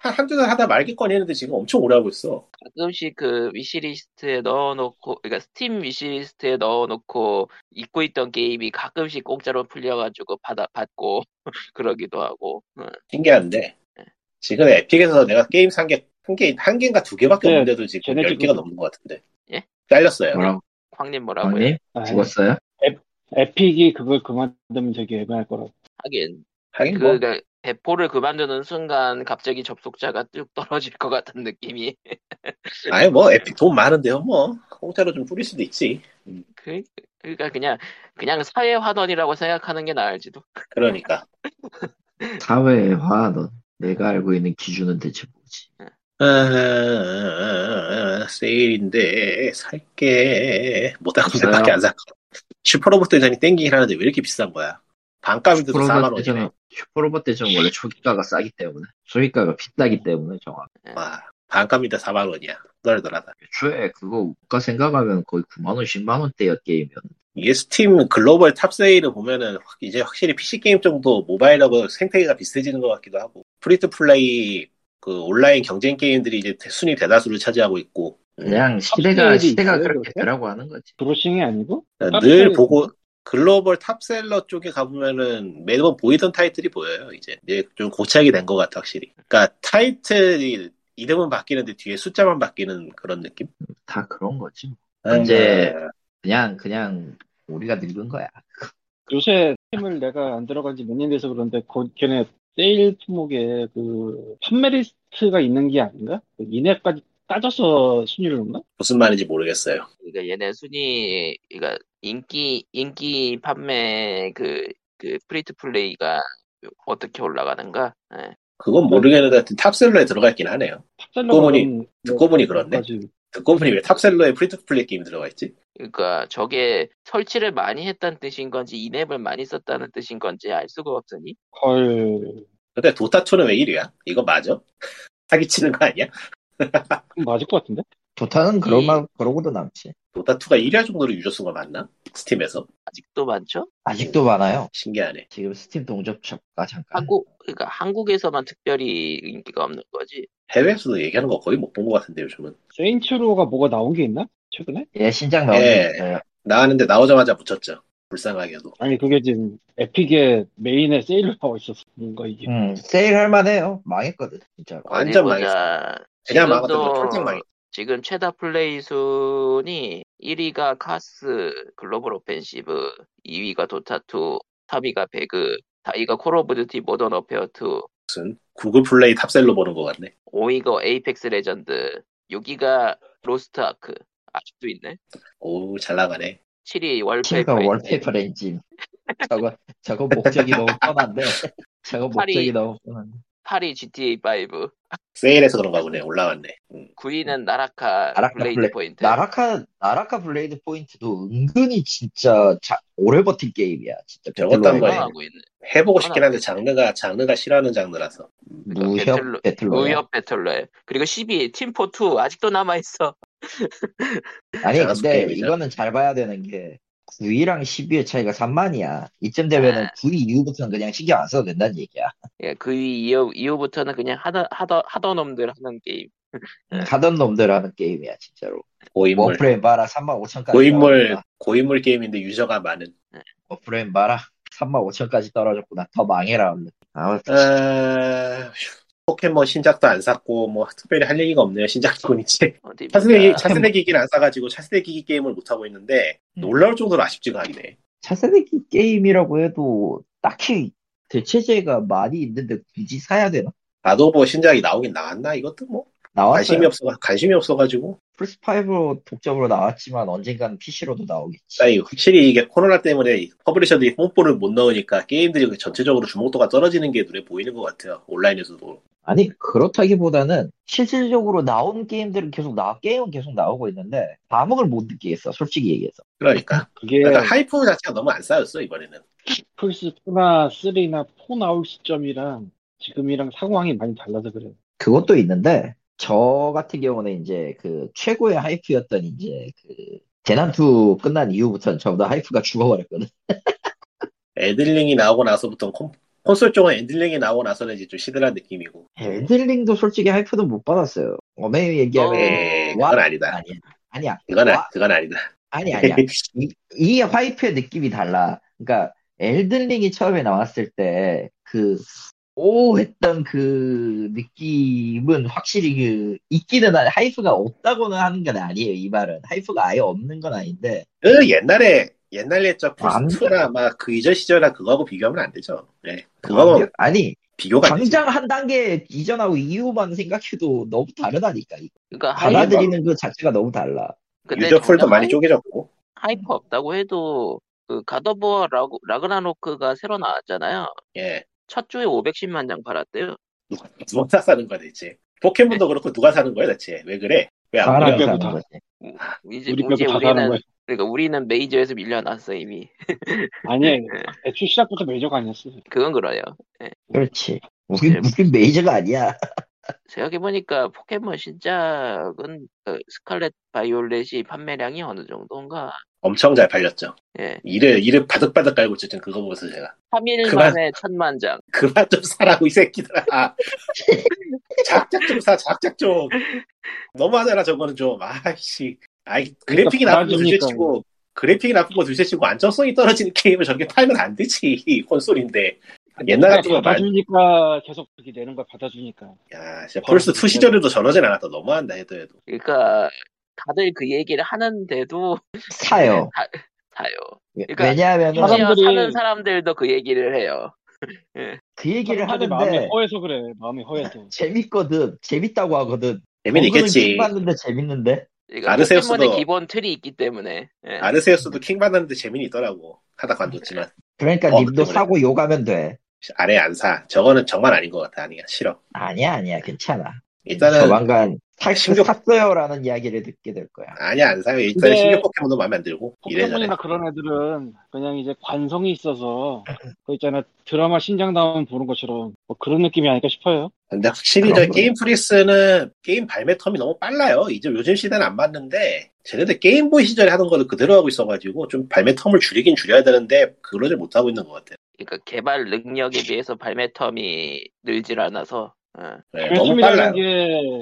Speaker 4: 난한한한두달 하다 말기권 했는데 지금 엄청 오래 하고 있어.
Speaker 1: 가끔씩 그 위시리스트에 넣어놓고, 그러니까 스팀 위시리스트에 넣어놓고 잊고 있던 게임이 가끔씩 공짜로 풀려가지고 받아 받고 [laughs] 그러기도 하고. 응.
Speaker 4: 신기한데 지금 에픽에서 내가 게임 산 게 한 개, 한 개인가 두 개밖에
Speaker 3: 네,
Speaker 4: 없는데도 지금
Speaker 3: 걔네
Speaker 4: 열
Speaker 3: 지금-
Speaker 4: 개가 넘는 것 같은데.
Speaker 1: 예?
Speaker 4: 잘렸어요.
Speaker 2: 그 뭐라고?
Speaker 1: 광님 뭐라고요?
Speaker 2: 광님?
Speaker 3: 아,
Speaker 2: 죽었어요?
Speaker 3: 에픽이 그걸 그만두면 되게 애매할 거라고.
Speaker 1: 하긴
Speaker 4: 하긴 뭐
Speaker 1: 그 그러니까 배포를 그만두는 순간 갑자기 접속자가 뚝 [laughs] 떨어질 것 같은 느낌이.
Speaker 4: 아예 뭐 에픽 돈 많은데요 뭐 공짜로 좀 뿌릴 수도 있지
Speaker 1: 그 그러니까 그냥 그냥 사회 환원이라고 생각하는 게 나을지도.
Speaker 4: 그러니까
Speaker 2: 사회화 넌 내가 알고 있는 기준은 대체 뭐지?
Speaker 4: 아, 세일인데 살게 못하고
Speaker 2: 아.
Speaker 4: 밖에 안 살. 슈퍼로봇 대전이 땡기긴 하는데 왜 이렇게 비싼 거야 반값인데도 4만
Speaker 2: 슈퍼로봇
Speaker 4: 원이네
Speaker 2: 대전 슈퍼로봇 대전 원래 초기가가 싸기 때문에 초기가가 비싸기 때문에 정확.
Speaker 4: 와 반값인데 4만 원이야 떨더라다
Speaker 2: 애초에 그거 우가 생각하면 거의 9만 원, 10만 원대였 게임이었는데.
Speaker 4: 이게 스팀 글로벌 탑 세일을 보면은 확- 이제 확실히 PC 게임 정도 모바일하고 생태계가 비슷해지는 것 같기도 하고 프리트 플레이 그 온라인 경쟁 게임들이 이제 순위 대다수를 차지하고 있고
Speaker 2: 그냥 시대가
Speaker 3: 탑세일이
Speaker 2: 시대가
Speaker 3: 음, 있어요,
Speaker 2: 그렇게
Speaker 3: 그렇게?
Speaker 2: 되라고 하는 거지.
Speaker 3: 브로싱이 아니고?
Speaker 4: 늘
Speaker 3: 탑셀-
Speaker 4: 보고 글로벌 탑셀러 쪽에 가보면은 매번 보이던 타이틀이 보여요 이제 이제 좀 고착이 된 것 같아 확실히 그러니까 타이틀이 이름은 바뀌는데 뒤에 숫자만 바뀌는 그런 느낌
Speaker 2: 다 그런 거지. 이제-
Speaker 4: 아,
Speaker 2: 그냥 그냥 우리가 늙은 거야.
Speaker 3: 요새 팀을 내가 안 들어간 지 몇 년 돼서 그런데 곧 걔네 세일 품목에 그 판매 리스트가 있는 게 아닌가? 그 인해까지 따져서 순위를 놓나?
Speaker 4: 무슨 말인지 모르겠어요
Speaker 1: 그러니까 얘네 순위, 그러니까 인기 인기 판매 그, 그 프리트 플레이가 어떻게 올라가는가? 예.
Speaker 4: 그건 모르겠는데 하여튼 탑셀러에 들어가 있긴 하네요 듣고 보니-
Speaker 3: 셀러는
Speaker 4: 듣고 보니 그렇네 듣고 보니 왜 탑셀러에 프리트 플레이 게임이 들어가 있지
Speaker 1: 그러니까 저게 설치를 많이 했다는 뜻인 건지 인앱을 많이 썼다는 뜻인 건지 알 수가 없으니
Speaker 3: 헐
Speaker 4: 근데 [laughs] 도타2는 왜 1위야? 이거 맞아? 사기치는 거 아니야?
Speaker 3: 그럼 맞을 것 같은데?
Speaker 2: 도타는 그런
Speaker 1: 이-
Speaker 2: 말 그러고도 남지.
Speaker 4: 도타2가 1회 정도로 유저 수가 많나? 스팀에서?
Speaker 1: 아직도 많죠?
Speaker 2: 아직도 많아요.
Speaker 4: 신기하네.
Speaker 2: 지금 스팀 동접촉가 잠깐.
Speaker 3: 아,
Speaker 1: 한국 그러니까 한국에서만 특별히 인기가 없는 거지.
Speaker 4: 해외에서도 얘기하는 거 거의 못 본 것 같은데, 요즘은.
Speaker 3: 세인츠로가 뭐가 나온 게 있나? 최근에?
Speaker 2: 예, 신작 나오는
Speaker 4: 예.
Speaker 2: 있어요.
Speaker 4: 나왔는데 나오자마자 붙였죠. 불쌍하게도.
Speaker 3: 아니 그게 지금 에픽의 메인에 세일로 나와 있었어 뭔가 이게
Speaker 2: 음, 세일할 만해요. 망했거든, 진짜.
Speaker 3: 아,
Speaker 4: 완전
Speaker 1: 어디
Speaker 4: 망했어.
Speaker 1: 보자.
Speaker 4: 그냥
Speaker 1: 지금도-
Speaker 4: 망하던 거 쫄딱 망했어.
Speaker 1: 지금 최다 플레이 순이 1위가 카스 글로벌 오펜시브, 2위가 도타2, 3위가 배그, 4위가 콜 오브 듀티 모던 어페어 2,
Speaker 4: 무슨 구글 플레이 탑셀로 보는 것 같네.
Speaker 1: 5위가 에이펙스 레전드, 6위가 로스트 아크, 아직도 있네.
Speaker 4: 오, 잘 나가네.
Speaker 1: 7위 월페이퍼,
Speaker 2: 친구가 월페이퍼 엔진. 저거, 저거 목적이 [laughs] 너무 뻔한데. 저거 목적이
Speaker 1: 팔이-
Speaker 2: 너무 뻔한데.
Speaker 1: 8위 GTA 5,
Speaker 4: 세일해서 그런가 보네. 올라왔네. 음.
Speaker 1: 9위는 나라카,
Speaker 2: 나라카
Speaker 1: 블레이드
Speaker 2: 블레-
Speaker 1: 포인트,
Speaker 2: 나라카, 나라카 블레이드 포인트도 은근히 진짜 자- 오래 버틴 게임이야. 진짜.
Speaker 4: 저것도
Speaker 2: 배틀로얄
Speaker 4: 한 거예요.
Speaker 2: 게임.
Speaker 1: 하고 있네.
Speaker 4: 해보고 싶긴 한데
Speaker 1: 하나.
Speaker 4: 장르가, 장르가 싫어하는 장르라서.
Speaker 2: 무협
Speaker 1: 그러니까 배틀로-
Speaker 2: 배틀로얄.
Speaker 1: 무협 배틀로얄. 그리고 10위 팀포2 아직도 남아 있어.
Speaker 2: 아니
Speaker 4: 장수
Speaker 2: 근데
Speaker 4: 게임이죠.
Speaker 2: 이거는 잘 봐야 되는 게 9위랑 10위의 차이가 3만이야. 이쯤 되면은
Speaker 1: 아.
Speaker 2: 9위 이후부터는 그냥 신경 안 써도 된다는 얘기야.
Speaker 1: 예, 그 이후, 이후부터는 그냥 하던, 하던, 하던 놈들 하는 게임.
Speaker 2: 하던 놈들 하는 게임이야 진짜로.
Speaker 4: 고인물.
Speaker 2: 워프레임 봐라 3만 5천까지
Speaker 4: 고인물,
Speaker 2: 떨어졌구나.
Speaker 4: 고인물 게임인데 유저가 많은.
Speaker 2: 워프레임 봐라 3만 5천까지 떨어졌구나. 더 망해라 얼른. 아무튼
Speaker 4: 네. 아, 휴, 포켓몬 신작도 안 샀고, 뭐, 특별히 할 얘기가 없네요. 신작도 이제.
Speaker 1: 어디 그러니까 보자.
Speaker 4: 차세대, 차세대 기기를 안 사가지고 차세대 기기 게임을 못하고 있는데, 놀라울 정도로 아쉽지가 않네.
Speaker 2: 차세대기 게임이라고 해도 딱히 대체제가 많이 있는데 굳이 사야 되나?
Speaker 4: 아도보 뭐 신작이 나오긴 나왔나? 이것도 뭐,
Speaker 2: 나왔어요.
Speaker 4: 관심이 없어, 관심이 없어가지고.
Speaker 2: 플스 5 독점으로 나왔지만 언젠간 PC로도 나오겠지.
Speaker 4: 아니, 확실히 네, 이게 코로나 때문에 퍼블리셔들이 홍보를 못 넣으니까 게임들이 그 전체적으로 주목도가 떨어지는 게 눈에 보이는 것 같아요. 온라인에서도.
Speaker 2: 아니, 그렇다기보다는 실질적으로 나온 게임들은 계속 나, 게임은 계속 나오고 있는데, 감흥을 못 느끼겠어, 솔직히 얘기해서.
Speaker 4: 그러니까.
Speaker 3: 아, 그게
Speaker 4: 약간 하이프 자체가 너무 안 쌓였어, 이번에는.
Speaker 3: 플스2나 3나 4 나올 시점이랑 지금이랑 상황이 많이 달라서 그래요
Speaker 2: 그것도 있는데, 저 같은 경우는 이제 그 최고의 하이프였던 이제 그 재난2 끝난 이후부터는 전부 다 하이프가
Speaker 4: 음.
Speaker 2: 죽어버렸거든.
Speaker 4: 엔들링이 나오고 나서부터 콘, 콘솔 쪽은 엔들링이 나오고 나서는 이제 좀 시들한 느낌이고.
Speaker 2: 엔들링도 솔직히 하이프도 못 받았어요. 어메이 얘기하면
Speaker 4: 에 네, 그건 아니다.
Speaker 2: 아니야. 아니야.
Speaker 4: 그건, 아,
Speaker 2: 와-
Speaker 4: 그건 아니다.
Speaker 2: 아니, 아니야.
Speaker 4: [laughs]
Speaker 2: 이, 이 화이프의 느낌이 달라. 그러니까 엘든링이 처음에 나왔을 때 그 오 했던 그 느낌은 확실히 그 있기는 한 하이프가 없다고는 하는 건 아니에요. 이 말은 하이프가 아예 없는 건 아닌데
Speaker 4: 그 옛날에, 옛날에 저
Speaker 2: 안
Speaker 4: 플스2나 막 그 이전 시절이나 그거하고 비교하면 안 되죠. 예.
Speaker 2: 뭐,
Speaker 4: 그거하고
Speaker 2: 어, 아니
Speaker 4: 비교가 안 되죠.
Speaker 2: 당장 한 단계 이전하고 이후만 생각해도 너무 다르다니까. 이거.
Speaker 1: 그러니까 하이,
Speaker 4: 받아들이-
Speaker 2: 받아들이는 그 자체가 너무 달라.
Speaker 1: 근데
Speaker 4: 유저 폴도
Speaker 1: 정작
Speaker 4: 많이
Speaker 1: 하이-
Speaker 4: 쪼개졌고.
Speaker 1: 하이퍼 없다고 해도, 그, 가더보와 라고, 라그나노크가 새로 나왔잖아요.
Speaker 4: 예.
Speaker 1: 첫 주에 510만 장 팔았대요.
Speaker 4: 누가, 누가 사는 거야 대체? 포켓몬도 그렇고 누가 사는 거야 대체? 왜 그래? 왜 안
Speaker 2: 네. 사람
Speaker 4: 그래?
Speaker 3: 빼고
Speaker 2: 사는
Speaker 3: 다.
Speaker 2: 거지.
Speaker 1: 이제,
Speaker 3: 우리 빼고
Speaker 1: 이제
Speaker 3: 다 사는 거야
Speaker 1: 우리는, 그러니까 우리는 메이저에서 밀려났어, 이미. [laughs]
Speaker 3: 아니
Speaker 1: 네.
Speaker 3: 애초 시작부터 메이저가 아니었어
Speaker 1: 그건 그래요.
Speaker 2: 그렇지. 우린 우린 메이저가 아니야.
Speaker 1: 생각해보니까 포켓몬 신작은 그 스칼렛 바이올렛이 판매량이 어느 정도인가.
Speaker 4: 엄청 잘 팔렸죠.
Speaker 1: 예.
Speaker 4: 이를 이를 바득바득 깔고 있죠. 지금 그거 보면서 제가
Speaker 1: 3일
Speaker 4: 그만.
Speaker 1: 만에 천만 장.
Speaker 4: 그만 좀 사라고 이 새끼들아. 작작 좀 사, 작작 좀. 너무하잖아 저거는 좀. 아이씨. 아이 그래픽이
Speaker 3: 그러니까
Speaker 4: 나쁜 거
Speaker 3: 불안이니까.
Speaker 4: 둘째치고 그래픽이 나쁜 거 둘째치고 안정성이 떨어지는 게임을 저렇게 팔면 안 되지 콘솔인데. 옛날 같은 거 말.
Speaker 3: 받아주니까 계속 그게 내는 걸 받아주니까
Speaker 4: 야,
Speaker 3: 어,
Speaker 4: 진짜 플스
Speaker 3: 네.
Speaker 4: 2 시절에도 저러진 않았다. 너무한다 해도 해도.
Speaker 1: 그러니까 다들 그 얘기를 하는데도 [laughs]
Speaker 2: 사요.
Speaker 1: 사요. 그러니까
Speaker 2: 예, 왜냐하면
Speaker 1: 심지어
Speaker 3: 사람들이-
Speaker 1: 사는 사람들도 그 얘기를 해요.
Speaker 2: 그 얘기를
Speaker 3: 사람들이
Speaker 2: 하는데
Speaker 3: 마음이 허해서 그래 마음이
Speaker 4: [laughs]
Speaker 3: 허해서
Speaker 2: 재밌거든. 재밌다고 하거든.
Speaker 4: 재미는 있겠지.
Speaker 2: 맞는데 재밌는데.
Speaker 1: 그러니까
Speaker 4: 아르세우스도-
Speaker 1: 포켓몬의 기본 틀이 있기 때문에. 예.
Speaker 4: 아르세우스도 킹 받았는데 재미는 있더라고. 하다 관뒀지만.
Speaker 2: 그러니까
Speaker 4: 어,
Speaker 2: 님도
Speaker 4: 그래.
Speaker 2: 사고 욕하면 돼.
Speaker 4: 아래 안 사. 저거는 정말 아닌 것 같아. 아니야. 싫어.
Speaker 2: 아니야, 아니야. 괜찮아.
Speaker 4: 일단은
Speaker 2: 조만간 탁,
Speaker 4: 심지어-
Speaker 2: 탁서요라는 이야기를 듣게 될 거야.
Speaker 4: 아니야, 안 사요. 일단
Speaker 3: 근데-
Speaker 4: 신규 포켓몬도 마음에 안 들고, 이래저래.
Speaker 3: 포켓몬이나 그런 애들은 그냥 이제 관성이 있어서 그 있잖아 드라마 신작 나오면 보는 것처럼 뭐 그런 느낌이 아닐까 싶어요.
Speaker 4: 근데 확실히 저
Speaker 2: 그런
Speaker 4: 게임 프리스는 게임 발매 텀이 너무 빨라요. 이제 요즘 시대는 안 맞는데, 쟤네들 게임보이 시절에 하던 거를 그대로 하고 있어가지고, 좀 발매 텀을 줄이긴 줄여야 되는데, 그러질 못하고 있는 것 같아요.
Speaker 1: 그러니까 개발 능력에 비해서 발매 텀이 늘질 않아서 어,
Speaker 4: 네, 너무
Speaker 3: 결심이라는
Speaker 4: 빨라요.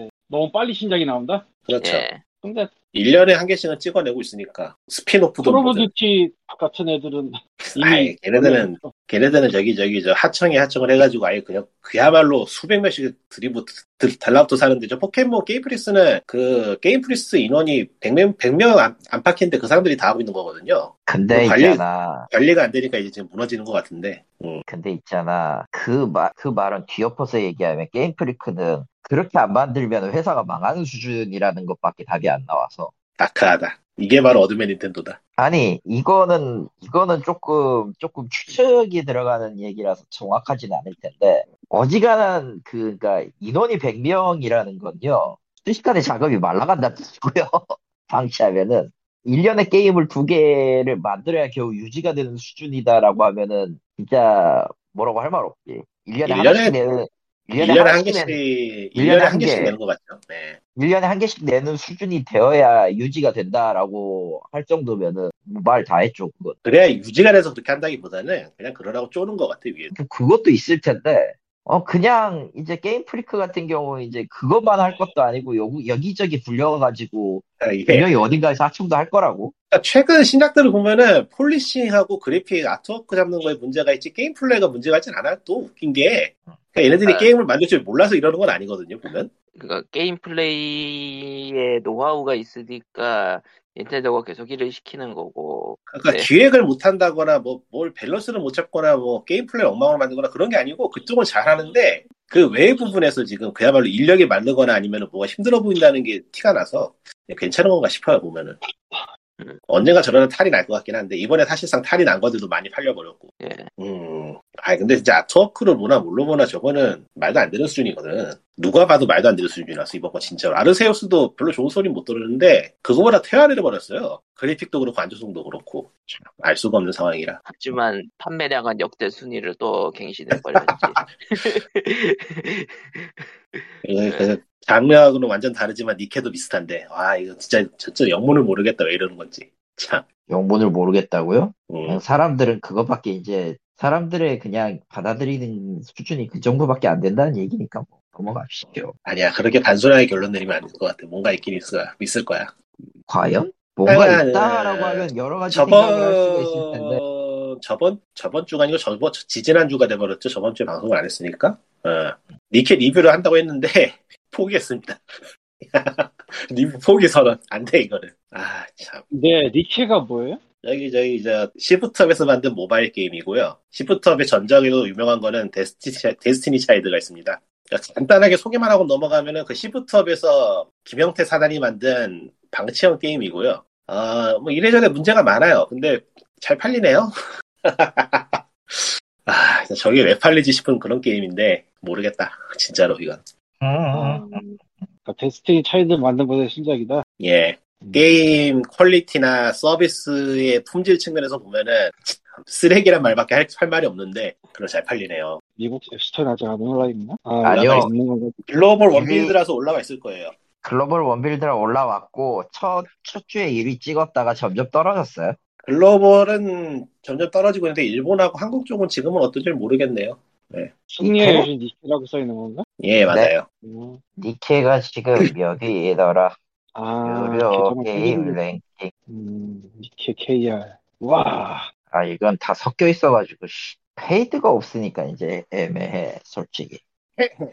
Speaker 3: 게 너무 빨리 신작이 나온다.
Speaker 4: 그렇죠.
Speaker 1: 예.
Speaker 3: 근데
Speaker 4: 1년에 한 개씩은 찍어내고 있으니까, 스피노프도
Speaker 3: 프로브
Speaker 4: 뭐든.
Speaker 3: 듀티 같은 애들은
Speaker 4: 아이,
Speaker 3: 이미
Speaker 4: 걔네들은, 걔네들은 저기, 저기, 저 하청에 하청을 해가지고 아예 그냥, 그야말로 수백 명씩 드리브, 드- 달라붙어 사는데, 저 포켓몬 게임 프리스는 그, 게임 프리스 인원이 100명, 100명 안, 안팎인데 그 사람들이 다 하고 있는 거거든요.
Speaker 2: 근데
Speaker 4: 뭐 관리-
Speaker 2: 있잖아.
Speaker 4: 관리가 안 되니까 이제 지금 무너지는 것 같은데, 음.
Speaker 2: 근데 있잖아. 그 말, 그 말은 뒤엎어서 얘기하면 게임 프리크는 그렇게 안 만들면 회사가 망하는 수준이라는 것밖에 답이 안 나와서.
Speaker 4: 다크하다. 이게 바로 어둠의 닌텐도다.
Speaker 2: 아니, 이거는, 이거는 조금, 조금 추측이 들어가는 얘기라서 정확하진 않을 텐데, 어지간한, 그, 그니까, 인원이 100명이라는 건요, 순식간에 작업이 말라간다는 뜻이고요. [laughs] 방치하면은, 1년에 게임을 두 개를 만들어야 겨우 유지가 되는 수준이다라고 하면은, 진짜, 뭐라고 할 말 없지. 1년에
Speaker 4: 일년에-
Speaker 2: 하나씩 내는, 1년에
Speaker 4: 1년에 한
Speaker 2: 하나씩
Speaker 4: 개씩,
Speaker 2: 내는,
Speaker 4: 1년에 한 개씩
Speaker 2: 개.
Speaker 4: 내는 것 같죠. 네.
Speaker 2: 1년에 한 개씩 내는 수준이 되어야 유지가 된다라고 할 정도면은, 말 다 했죠, 그건.
Speaker 4: 그래야 유지가 돼서 그렇게 한다기보다는 그냥 그러라고 쪼는 것 같아, 위에.
Speaker 2: 그- 그것도 있을 텐데, 어, 그냥 이제 게임 프리크 같은 경우 이제 그것만 할 것도 아니고 여기, 여기저기 불려가지고
Speaker 4: 아, 이게
Speaker 2: 분명히 어딘가에서 하청도 할 거라고.
Speaker 4: 그러니까 최근 신작들을 보면은 폴리싱하고 그래픽 아트워크 잡는 거에 문제가 있지 게임 플레이가 문제가 있진 않아. 또 웃긴 게 그러니까 얘네들이
Speaker 1: 아.
Speaker 4: 게임을 만들 줄 몰라서 이러는 건 아니거든요. 보면
Speaker 1: 그러니까 게임 플레이의 노하우가 있으니까 닌텐도가 계속 일을 시키는 거고
Speaker 4: 그러니까
Speaker 1: 네.
Speaker 4: 기획을 못 한다거나 뭐 뭘 밸런스를 못 잡거나 뭐 게임 플레이 엉망으로 만들거나 그런 게 아니고 그쪽은 잘하는데 그 외의 부분에서 지금 그야말로 인력이 마르거나 아니면 뭐가 힘들어 보인다는 게 티가 나서 괜찮은 건가 싶어요 보면은
Speaker 1: 음.
Speaker 4: 언젠가 저러다 탈이 날 것 같긴 한데 이번에 사실상 탈이 난 것들도 많이 팔려버렸고
Speaker 1: 예.
Speaker 4: 음, 아 근데 진짜 아트워크를 보나 뭘로 보나 저거는 말도 안 되는 수준이거든. 누가 봐도 말도 안 되는 수준이라서 이번 거 진짜로. 아르세우스도 별로 좋은 소리는 못 들었는데 그거보다 퇴화를 해버렸어요. 그래픽도 그렇고 안조성도 그렇고 참알 수가 없는 상황이라.
Speaker 1: 하지만 판매량은 역대 순위를 또 그러니까 갱신해버렸지.
Speaker 4: 예, 그래서 장르하고는 완전 다르지만 니케도 비슷한데 와 이거 진짜 진짜 영문을 모르겠다 왜 이러는 건지 참.
Speaker 2: 영문을 모르겠다고요?
Speaker 4: 음.
Speaker 2: 그냥 네. 사람들은 그것밖에 이제 사람들의 그냥 받아들이는 수준이 그 정도밖에 안 된다는 얘기니까 뭐 넘어갑시죠.
Speaker 4: 아니야 그렇게 단순하게 결론 내리면 안 될 것 같아. 뭔가 있긴 있을, 있을 거야.
Speaker 2: 과연? 뭔가
Speaker 4: 아,
Speaker 2: 있다라고
Speaker 4: 아,
Speaker 2: 하면 여러 가지 생각을 할 수가 있을 텐데.
Speaker 4: 저번 저번 저번 주가 아니고 저번 지지난 주가 돼버렸죠. 저번 주에 방송을 안 했으니까. 어. 니케 리뷰를 한다고 했는데 [laughs] 포기했습니다. [laughs] 리뷰 포기 선언 안 돼 이거는. 아 참.
Speaker 3: [laughs] 네 니케가 뭐예요?
Speaker 4: 여기 저기 저 시프트업에서 만든 모바일 게임이고요. 시프트업의 전작으로 유명한 거는 데스티니, 차- 데스티니 차이드가 있습니다. 그러니까 간단하게 소개만 하고 넘어가면은 그 시프트업에서 김영태 사단이 만든 방치형 게임이고요. 아, 뭐 이래저래 문제가 많아요. 근데 잘 팔리네요. [laughs] 아, 진짜 저게 왜 팔리지 싶은 그런 게임인데 모르겠다. 진짜로 이건.
Speaker 2: 음,
Speaker 3: 그러니까 데스티니 차이드 만든 것의 신작이다.
Speaker 4: 예. 게임 퀄리티나 서비스의 품질 측면에서 보면은 쓰레기란 말밖에 할, 할 말이 없는데 그걸 잘 팔리네요.
Speaker 3: 미국 앱스토어에 아직 안 올라 있나? 아,
Speaker 2: 아니요.
Speaker 3: 올라가 있는 건가?
Speaker 4: 글로벌
Speaker 3: 그
Speaker 2: 이미-
Speaker 4: 원빌드라서 올라와 있을 거예요.
Speaker 2: 글로벌 원빌드랑 올라왔고 첫, 첫 주에 1위 찍었다가 점점 떨어졌어요.
Speaker 4: 글로벌은 점점 떨어지고 있는데 일본하고 한국 쪽은 지금은 어떤지 모르겠네요.
Speaker 3: 승리의
Speaker 2: 니케?
Speaker 3: 여신 니케라고 써 있는 건가?
Speaker 4: 예, 맞아요.
Speaker 3: 음.
Speaker 2: 니케가 지금
Speaker 3: [laughs]
Speaker 2: 여기더라
Speaker 3: 아,
Speaker 2: 유료
Speaker 3: 계정을
Speaker 2: 게임
Speaker 3: 끊기는 거.
Speaker 2: 랭킹
Speaker 3: 음, 니케 KR. 와,
Speaker 2: 아 이건 다 섞여 있어가지고 씨, 페이드가 없으니까 이제 애매해 솔직히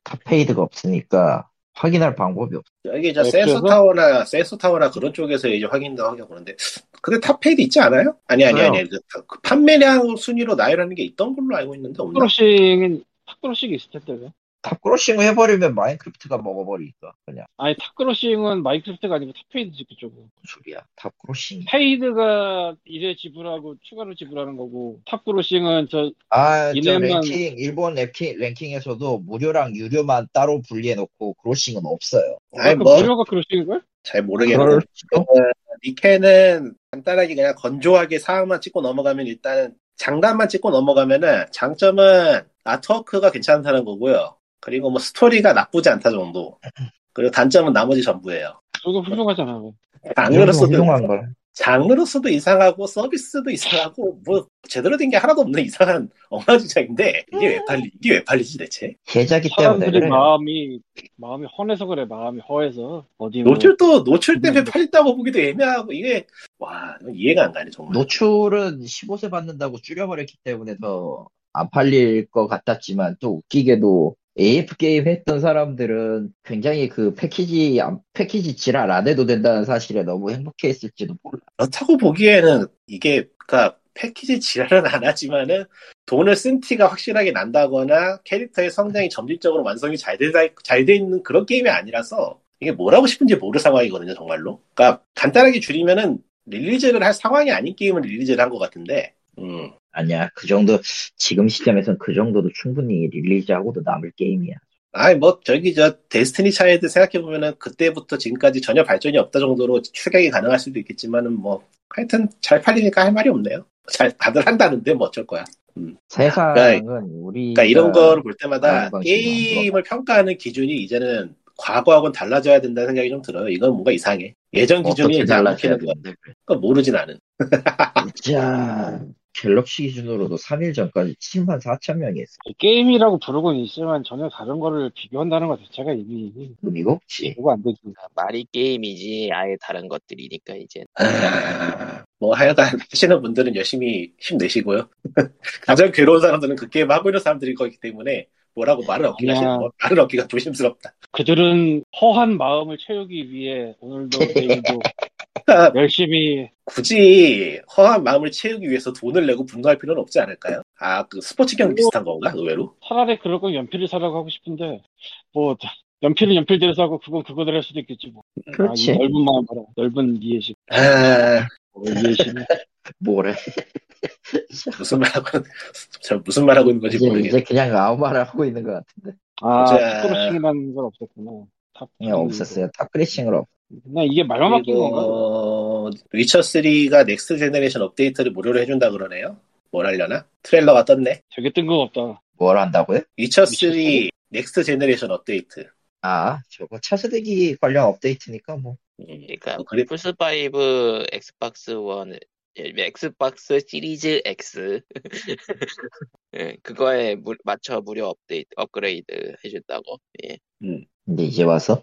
Speaker 2: 다 페이드가 없으니까 확인할 방법이 없어
Speaker 4: 여기 저
Speaker 3: 웹툰에서?
Speaker 4: 센스타워나 센스타워나 그런 쪽에서 이제 확인도 하고 그러는데 근데 탑페이드 있지 않아요? 아니 아니 아니 그
Speaker 3: 그렇죠.
Speaker 4: 판매량 순위로 나열하는 게 있던 걸로 알고 있는데 없나?
Speaker 3: 탁브러싱은 탁브러싱이 있을 텐데 왜?
Speaker 2: 탑크로싱을 해버리면 마인크래프트가 먹어버리니까 그냥
Speaker 3: 아니 탑크로싱은 마이크로소프트가 아니고 탑페이드지 그쪽은.
Speaker 2: 뭔 소리야 탑크로싱
Speaker 3: 페이드가 이제 지불하고 추가로 지불하는 거고 탑크로싱은 저
Speaker 2: 아저
Speaker 3: 이네만-
Speaker 2: 랭킹 일본 랭킹, 랭킹에서도 무료랑 유료만 따로 분리해놓고 크로싱은 없어요
Speaker 4: 아니
Speaker 3: 그
Speaker 4: 뭐 잘
Speaker 3: 무료가 크로싱인 걸?
Speaker 4: 모르겠는데 니케는 간단하게 그냥 건조하게 사항만 찍고 넘어가면 일단은 장단만 찍고 넘어가면은 장점은 아트워크가 괜찮다는 거고요. 그리고 뭐 스토리가 나쁘지 않다 정도. 그리고 단점은 나머지 전부예요.
Speaker 3: 저거 훌륭하잖아. 뭐.
Speaker 4: 장르로서도
Speaker 2: 훌륭한 걸
Speaker 4: 장르로서도 이상하고 서비스도 이상하고 뭐 제대로 된 게 하나도 없는 이상한 엉망진창인데 이게 왜 팔리 이게 왜 팔리지 대체?
Speaker 2: 제작이 때문에
Speaker 3: 사람들이
Speaker 2: 그래
Speaker 3: 마음이 마음이 헌해서 그래. 마음이 허해서 어디 뭐
Speaker 4: 노출도 노출 때문에 팔린다고 보기도 애매하고 이게 와 이해가 안 가네 정말.
Speaker 2: 노출은 15세 받는다고 줄여버렸기 때문에 더 안 팔릴 것 같았지만 또 웃기게도 AF 게임 했던 사람들은 굉장히 그 패키지 안- 패키지 지랄 안 해도 된다는 사실에 너무 행복해했을지도 몰라.
Speaker 4: 그렇다고 보기에는 이게 그러니까 패키지 지랄은 안 하지만은 돈을 쓴 티가 확실하게 난다거나 캐릭터의 성장이 점진적으로 완성이 잘돼잘돼 있는 그런 게임이 아니라서 이게 뭐라고 싶은지 모를 상황이거든요 정말로. 그러니까 간단하게 줄이면은 릴리즈를 할 상황이 아닌 게임을 릴리즈를 한 것 같은데. 음.
Speaker 2: 아니야 그 정도 지금 시점에선 그 정도도 충분히 릴리즈하고도 남을 게임이야.
Speaker 4: 아니 뭐 저기 저 데스티니 차일드 생각해 보면은 그때부터 지금까지 전혀 발전이 없다 정도로 추격이 가능할 수도 있겠지만은 뭐 하여튼 잘 팔리니까 할 말이 없네요. 잘 다들 한다는데 뭐 어쩔 거야.
Speaker 2: 세상은 우리
Speaker 4: 그러니까 이런 거를 볼 때마다
Speaker 2: 다양한 방식으로
Speaker 4: 게임을 평가하는 기준이 이제는 과거하고는 달라져야 된다는 생각이 좀 들어요. 이건 뭔가 이상해. 예전 기준이
Speaker 2: 어떻게
Speaker 4: 이제 안
Speaker 2: 달라져야
Speaker 4: 먹히는 거
Speaker 2: 되는데 그래.
Speaker 4: 그건 모르진 않은.
Speaker 2: 진짜 갤럭시 기준으로도 3일 전까지 7만 4천 명이 했어.
Speaker 3: 게임이라고 부르고는 있지만 전혀 다른 거를 비교한다는 것 자체가 이미
Speaker 2: 의미가 없지.
Speaker 3: 그거 안 되지.
Speaker 1: 말이 게임이지 아예 다른 것들이니까 이제
Speaker 4: 아, 뭐 하여간 [laughs] 하시는 분들은 열심히 힘내시고요. [laughs] 가장 괴로운 사람들은 그 게임 하고 있는 사람들일 거기 때문에 뭐라고 말을 얻기가
Speaker 3: 그냥-
Speaker 4: 싫- 뭐 말을 얻기가 조심스럽다.
Speaker 3: 그들은 허한 마음을 채우기 위해
Speaker 4: [laughs]
Speaker 3: 오늘도 내일도
Speaker 4: 그러니까
Speaker 3: 열심히
Speaker 4: 굳이 허한 마음을 채우기 위해서 돈을 내고 분노할 필요는 없지 않을까요? 아, 그 스포츠 경기
Speaker 2: 뭐.
Speaker 4: 비슷한 건가? 의외로?
Speaker 3: 차라리 그럴 거면 연필을 사라고 하고 싶은데 뭐 연필은 연필대로 사고 그건 그거대로 할 수도 있겠지 뭐.
Speaker 2: 그렇지.
Speaker 3: 아, 이 넓은 마음 봐라. 넓은 이해심.
Speaker 4: 아,
Speaker 3: 어, 이해심.
Speaker 4: [laughs]
Speaker 2: 뭐래.
Speaker 4: 무슨 말하고 저 무슨 말하고 있는 건지
Speaker 2: 이제,
Speaker 4: 모르겠네.
Speaker 2: 이제 그냥 아무 말 하고 있는 것 같은데.
Speaker 3: 아
Speaker 4: 자.
Speaker 3: 탑크로싱이라는 건 없었구나. 탑
Speaker 4: 네,
Speaker 2: 그냥
Speaker 4: 음.
Speaker 2: 없었어요. 탑크래싱을 없.
Speaker 3: 그냥 이게 말만 바뀐 건가?
Speaker 4: 그리고 위쳐 3가 넥스트 제너레이션 업데이트를 무료로 해준다 그러네요. 뭘 하려나? 트레일러가 떴네.
Speaker 3: 되게 뜬금없다.
Speaker 2: 뭘 한다고요?
Speaker 4: 위쳐
Speaker 3: 미쳤어?
Speaker 4: 3 넥스트 제너레이션 업데이트.
Speaker 2: 아, 저거 차세대기 관련 업데이트니까 뭐.
Speaker 4: 음,
Speaker 1: 그러니까
Speaker 4: 어, 그래-
Speaker 1: 플스 5, 엑스박스 원, 예, 엑스박스 시리즈 X [laughs] 예, 그거에 무- 맞춰 무료 업데이트 업그레이드 해준다고. 예.
Speaker 2: 근데 이제 와서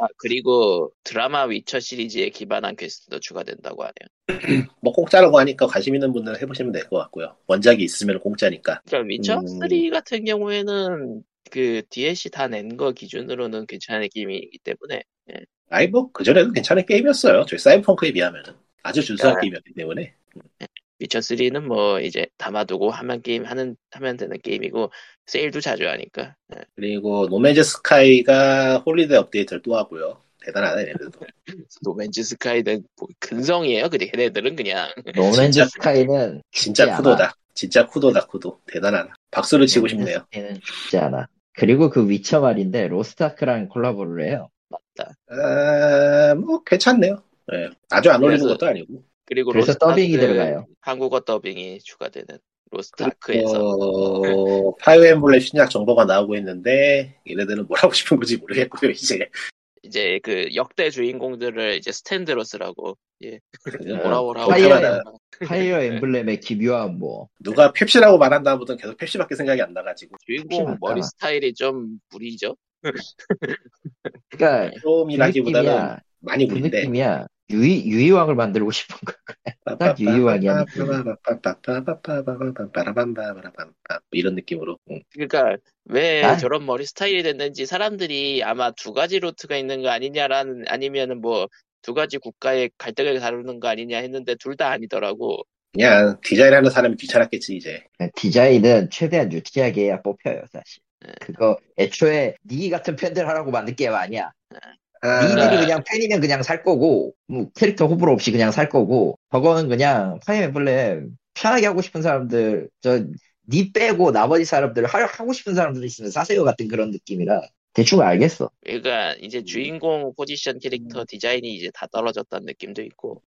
Speaker 1: 아, 그리고 드라마 위쳐 시리즈에 기반한 퀘스트도 추가된다고 하네요.
Speaker 4: 뭐 공짜라고 하니까 관심 있는 분들은 해보시면 될 것 같고요. 원작이 있으면 공짜니까.
Speaker 1: 그러니까 위쳐
Speaker 4: 음.
Speaker 1: 3 같은 경우에는 그 DLC 다 낸 거 기준으로는 괜찮은 게임이기 때문에
Speaker 4: 아이 뭐 그전에도 괜찮은 게임이었어요. 저희 사이버펑크에 비하면 아주 준수한
Speaker 1: 아.
Speaker 4: 게임이었기 때문에.
Speaker 1: 위쳐 3는 뭐 이제 담아두고 하면 게임 하는 하면 되는 게임이고 세일도 자주 하니까. 예.
Speaker 4: 그리고 노매즈 스카이가 홀리데이 업데이트를 또 하고요. 대단하다 얘네들도.
Speaker 1: 노맨즈 스카이는 뭐 근성이에요. 그냥 걔네들은 그냥
Speaker 2: 노맨즈
Speaker 4: 진짜-
Speaker 2: 스카이는 죽지
Speaker 4: 진짜
Speaker 2: 않아.
Speaker 4: 쿠도다. 진짜 쿠도다 쿠도. 대단하다. 박수를 치고 싶네요.
Speaker 2: 는 죽지 않아. 그리고 그 위쳐 말인데 로스트아크랑 콜라보를 해요.
Speaker 1: 맞다.
Speaker 4: 아, 뭐 괜찮네요. 예, 아주 안 어울리는
Speaker 1: 그래서-
Speaker 4: 것도 아니고.
Speaker 1: 그리고
Speaker 2: 그래서
Speaker 1: 로스트
Speaker 2: 더빙이
Speaker 1: 아크,
Speaker 4: [laughs]
Speaker 2: 들어가요.
Speaker 1: 한국어 더빙이 추가되는 로스트 아크에서
Speaker 4: 어, 파이어 엠블렘 신작 정보가 나오고 있는데 얘네들은 뭐라고 싶은 건지 모르겠고요. 이제
Speaker 1: 이제 그 역대 주인공들을 이제 스탠드로 쓰라고 예. 오라 오라
Speaker 2: 파이어
Speaker 1: 오라.
Speaker 4: 파이어
Speaker 2: 엠- 파이어 엠블렘의 기묘한 뭐
Speaker 4: 누가 펩시라고 말한다 하면 계속 펩시밖에 생각이 안 나가지고
Speaker 1: 주인공
Speaker 2: 맞잖아.
Speaker 1: 머리 스타일이 좀 무리죠.
Speaker 2: 그러니까 그
Speaker 4: 좀이라기보다는
Speaker 2: 느낌이야
Speaker 4: 네, 많이
Speaker 2: 그
Speaker 4: 무리인데.
Speaker 2: 느낌이야 유이 유이왕을 만들고 싶은 거야 딱 유유왕이야,
Speaker 4: 뭐 이런 느낌으로. 음. 응.
Speaker 1: 그러니까 왜
Speaker 2: 아.
Speaker 1: 저런 머리 스타일이 됐는지 사람들이 아마 두 가지 루트가 있는 거 아니냐라는 아니면은 뭐 두 가지 국가의 갈등을 다루는 거 아니냐 했는데 둘 다 아니더라고.
Speaker 2: 그러니까
Speaker 4: 그냥 디자인하는 사람이 귀찮았겠지 이제.
Speaker 2: 디자인은 최대한 유치하게 해야 뽑혀요 사실
Speaker 4: 네.
Speaker 2: 그거 애초에 니기 같은 팬들 하라고 만든 게임 아니야.
Speaker 4: 아,
Speaker 2: 니들이 그냥 팬이면 그냥 살 거고 뭐 캐릭터 호불호 없이 그냥 살 거고 저거는 그냥 파이어 엠블렘 편하게 하고 싶은 사람들 저 니 빼고 나머지 사람들 하, 하고 싶은 사람들 있으면 사세요 같은 그런 느낌이라 대충 알겠어.
Speaker 1: 그러니까 이제
Speaker 2: 음.
Speaker 1: 주인공 포지션 캐릭터 디자인이 이제 다 떨어졌다는 느낌도 있고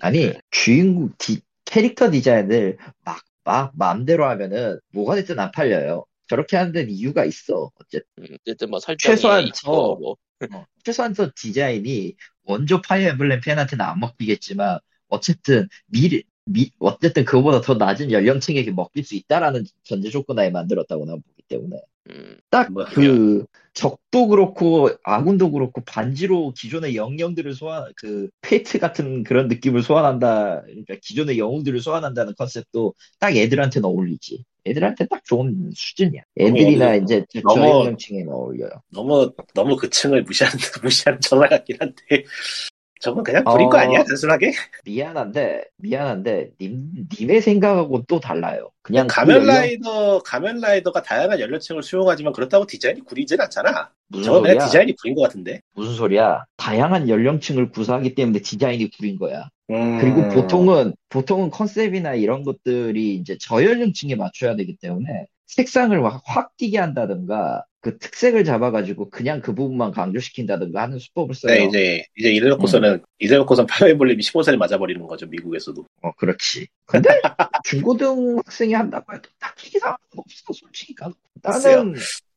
Speaker 2: 아니 주인공 디- 캐릭터 디자인을 막, 막 마음대로 하면은 뭐가 됐든 안 팔려요. 저렇게 하는 데는 이유가 있어. 어쨌든.
Speaker 1: 음, 어쨌든 뭐 설정이
Speaker 2: 최소한
Speaker 1: 있고
Speaker 2: 저-
Speaker 1: 뭐
Speaker 2: 어, 최소한 또 디자인이 원조 파이어 엠블렘 팬한테는 안 먹히겠지만 어쨌든 미래 미 어쨌든 그보다 더 낮은 연령층에게 먹힐 수 있다라는 전제 조건하에 만들었다고 난 보기 때문에
Speaker 1: 음,
Speaker 4: 뭐,
Speaker 2: 딱 그 적도 그렇고 아군도 그렇고 반지로 기존의 영령들을 소환 그 페이트 같은 그런 느낌을 소환한다 그러니까 기존의 영웅들을 소환한다는 컨셉도 딱 애들한테는 어울리지 애들한테 딱 좋은 수준이야 애들이나
Speaker 4: 어디서-
Speaker 2: 이제 저
Speaker 4: 너무-
Speaker 2: 연령층에는 어울려요
Speaker 4: 너무 너무 그 층을 무시하는 [laughs] 무시하는 전화 같긴 한데 저건 그냥 부린 거
Speaker 2: 어.
Speaker 4: 아니야 단순하게
Speaker 2: 미안한데, 미안한데, 님, 님의 생각하고 또 달라요. 그냥 그 연령-
Speaker 4: 가면라이더 가면라이더가 다양한 연령층을 수용하지만 그렇다고 디자인이 구리진 않잖아
Speaker 2: 무슨
Speaker 4: 저건 그냥
Speaker 2: 소리야?
Speaker 4: 어, 네, 디자인이 구린 것 같은데
Speaker 2: 무슨 소리야? 다양한 연령층을 구사하기 때문에 디자인이 구린 거야.
Speaker 4: 음.
Speaker 2: 그리고 보통은, 보통은 컨셉이나 이런 것들이 이제 저연령층에 맞춰야 되기 때문에 색상을 확, 확 띄게 한다든가, 그 특색을 잡아가지고 그냥 그 부분만 강조시킨다든가 하는 수법을 써요. 음.
Speaker 4: 네, 이제 이제 이래놓고서는 이래놓고선 파이어볼림이 15살에 맞아버리는 거죠 미국에서도
Speaker 2: 어, 그렇지. 근데 중고등학생이 한다고 해도 딱히 이상한 건 없어, 솔직히. 가- 나는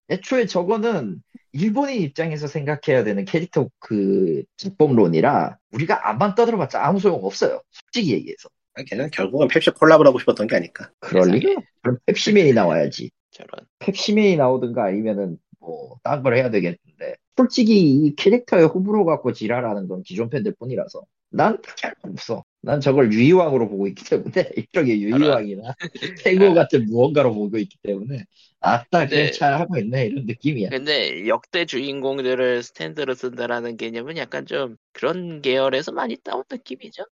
Speaker 2: 애초에 저거는 일본인 입장에서 생각해야 되는 캐릭터 그 작품론이라 우리가 안만 떠들어봤자 아무 소용 없어요. 솔직히 얘기해서.
Speaker 4: 아, 걔는 결국은 펩시 콜라보를 하고 싶었던 게 아닐까
Speaker 2: 그럴
Speaker 1: 세상에.
Speaker 2: 리가? 그럼 펩시맨이 나와야지.
Speaker 1: 저런
Speaker 2: 펩시맨이 나오든가 아니면은 뭐 딴 걸 해야 되겠는데 솔직히 이 캐릭터의 호불호 갖고 지랄하는 건 기존 팬들 뿐이라서 난 딱히 할 건 없어 난 저걸 유희왕으로 보고 있기 때문에 [laughs] 일종의 유희왕이나 태고 같은 무언가로 보고 있기 때문에 아따
Speaker 1: 근데-
Speaker 2: 그냥 잘 하고 있네 이런 느낌이야
Speaker 1: 근데 역대 주인공들을 스탠드로 쓴다라는 개념은 약간 좀 그런 계열에서 많이 따온 느낌이죠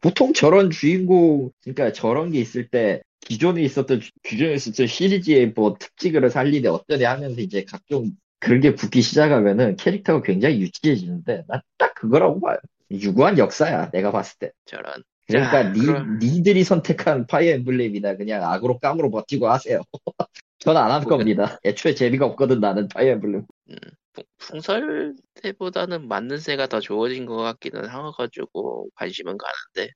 Speaker 2: 보통 저런 주인공 그러니까 저런 게 있을 때 기존에 있었던 주- 기존에 있었던 시리즈의 뭐 특징을 살리네 어쩌네 하면서 이제 각종 그런 게 붙기 시작하면은 캐릭터가 굉장히 유치해지는데 난 딱 그거라고 봐요. 유구한 역사야 내가 봤을 때.
Speaker 1: 저런
Speaker 2: 그러니까
Speaker 1: 자,
Speaker 2: 니,
Speaker 1: 그럼-
Speaker 2: 니들이 선택한 파이어 엠블렘이나 그냥 악으로 깡으로 버티고 하세요. [laughs] 저는 안 할 겁니다. 애초에 재미가 없거든 나는 파이어 엠블렘.
Speaker 1: 풍- 풍설 때보다는 맞는 새가 더 좋아진 것 같기는 해가지고 관심은 가는데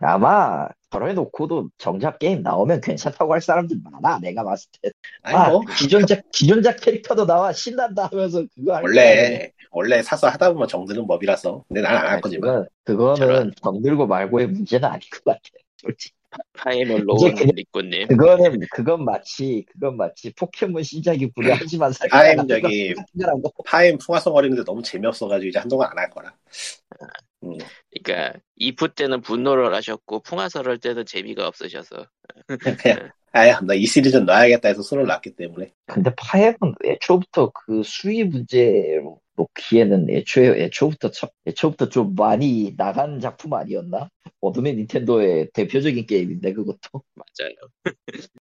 Speaker 2: 아마 저런 해놓고도 정작 게임 나오면 괜찮다고 할 사람들 많아 내가 봤을 때.
Speaker 4: 아니
Speaker 2: 아,
Speaker 4: 뭐
Speaker 2: 기존작, 기존작 캐릭터도 나와, 신난다 하면서 그거 할 거야.
Speaker 4: 원래 원래 사서 하다 보면 정드는 법이라서 근데 난 안 할
Speaker 2: 아니,
Speaker 4: 거지만 뭐.
Speaker 2: 그건, 그거는
Speaker 1: 저런.
Speaker 2: 정들고 말고의 문제는 아닌 것 같아. 솔직히. [laughs]
Speaker 1: 파이널
Speaker 2: 이제
Speaker 1: 로운
Speaker 2: 그냥-
Speaker 1: 리꾸님
Speaker 2: 그거는, 그건 마치, 그건 마치 포켓몬 신작이 구려하지만 살 거야.
Speaker 4: 음. 아임
Speaker 2: 같은
Speaker 4: 저기-
Speaker 2: 거 생각하고.
Speaker 4: 파임 풍화성 어리는데 너무 재미없어가지고 이제 한동안 안 할 거라 음.
Speaker 1: 그러니까 이프 때는 분노를 하셨고 풍화설을 때는 재미가 없으셔서
Speaker 4: 그냥 아야 나 이 시리즈는 놔야겠다 해서 손을 놨기 때문에
Speaker 2: 근데 파이어는 애초부터 그 수위 문제로 놓기에는 애초에, 애초부터 참, 애초부터 좀 많이 나간 작품 아니었나? 어둠의 닌텐도의 대표적인 게임인데, 그것도.
Speaker 1: 맞아요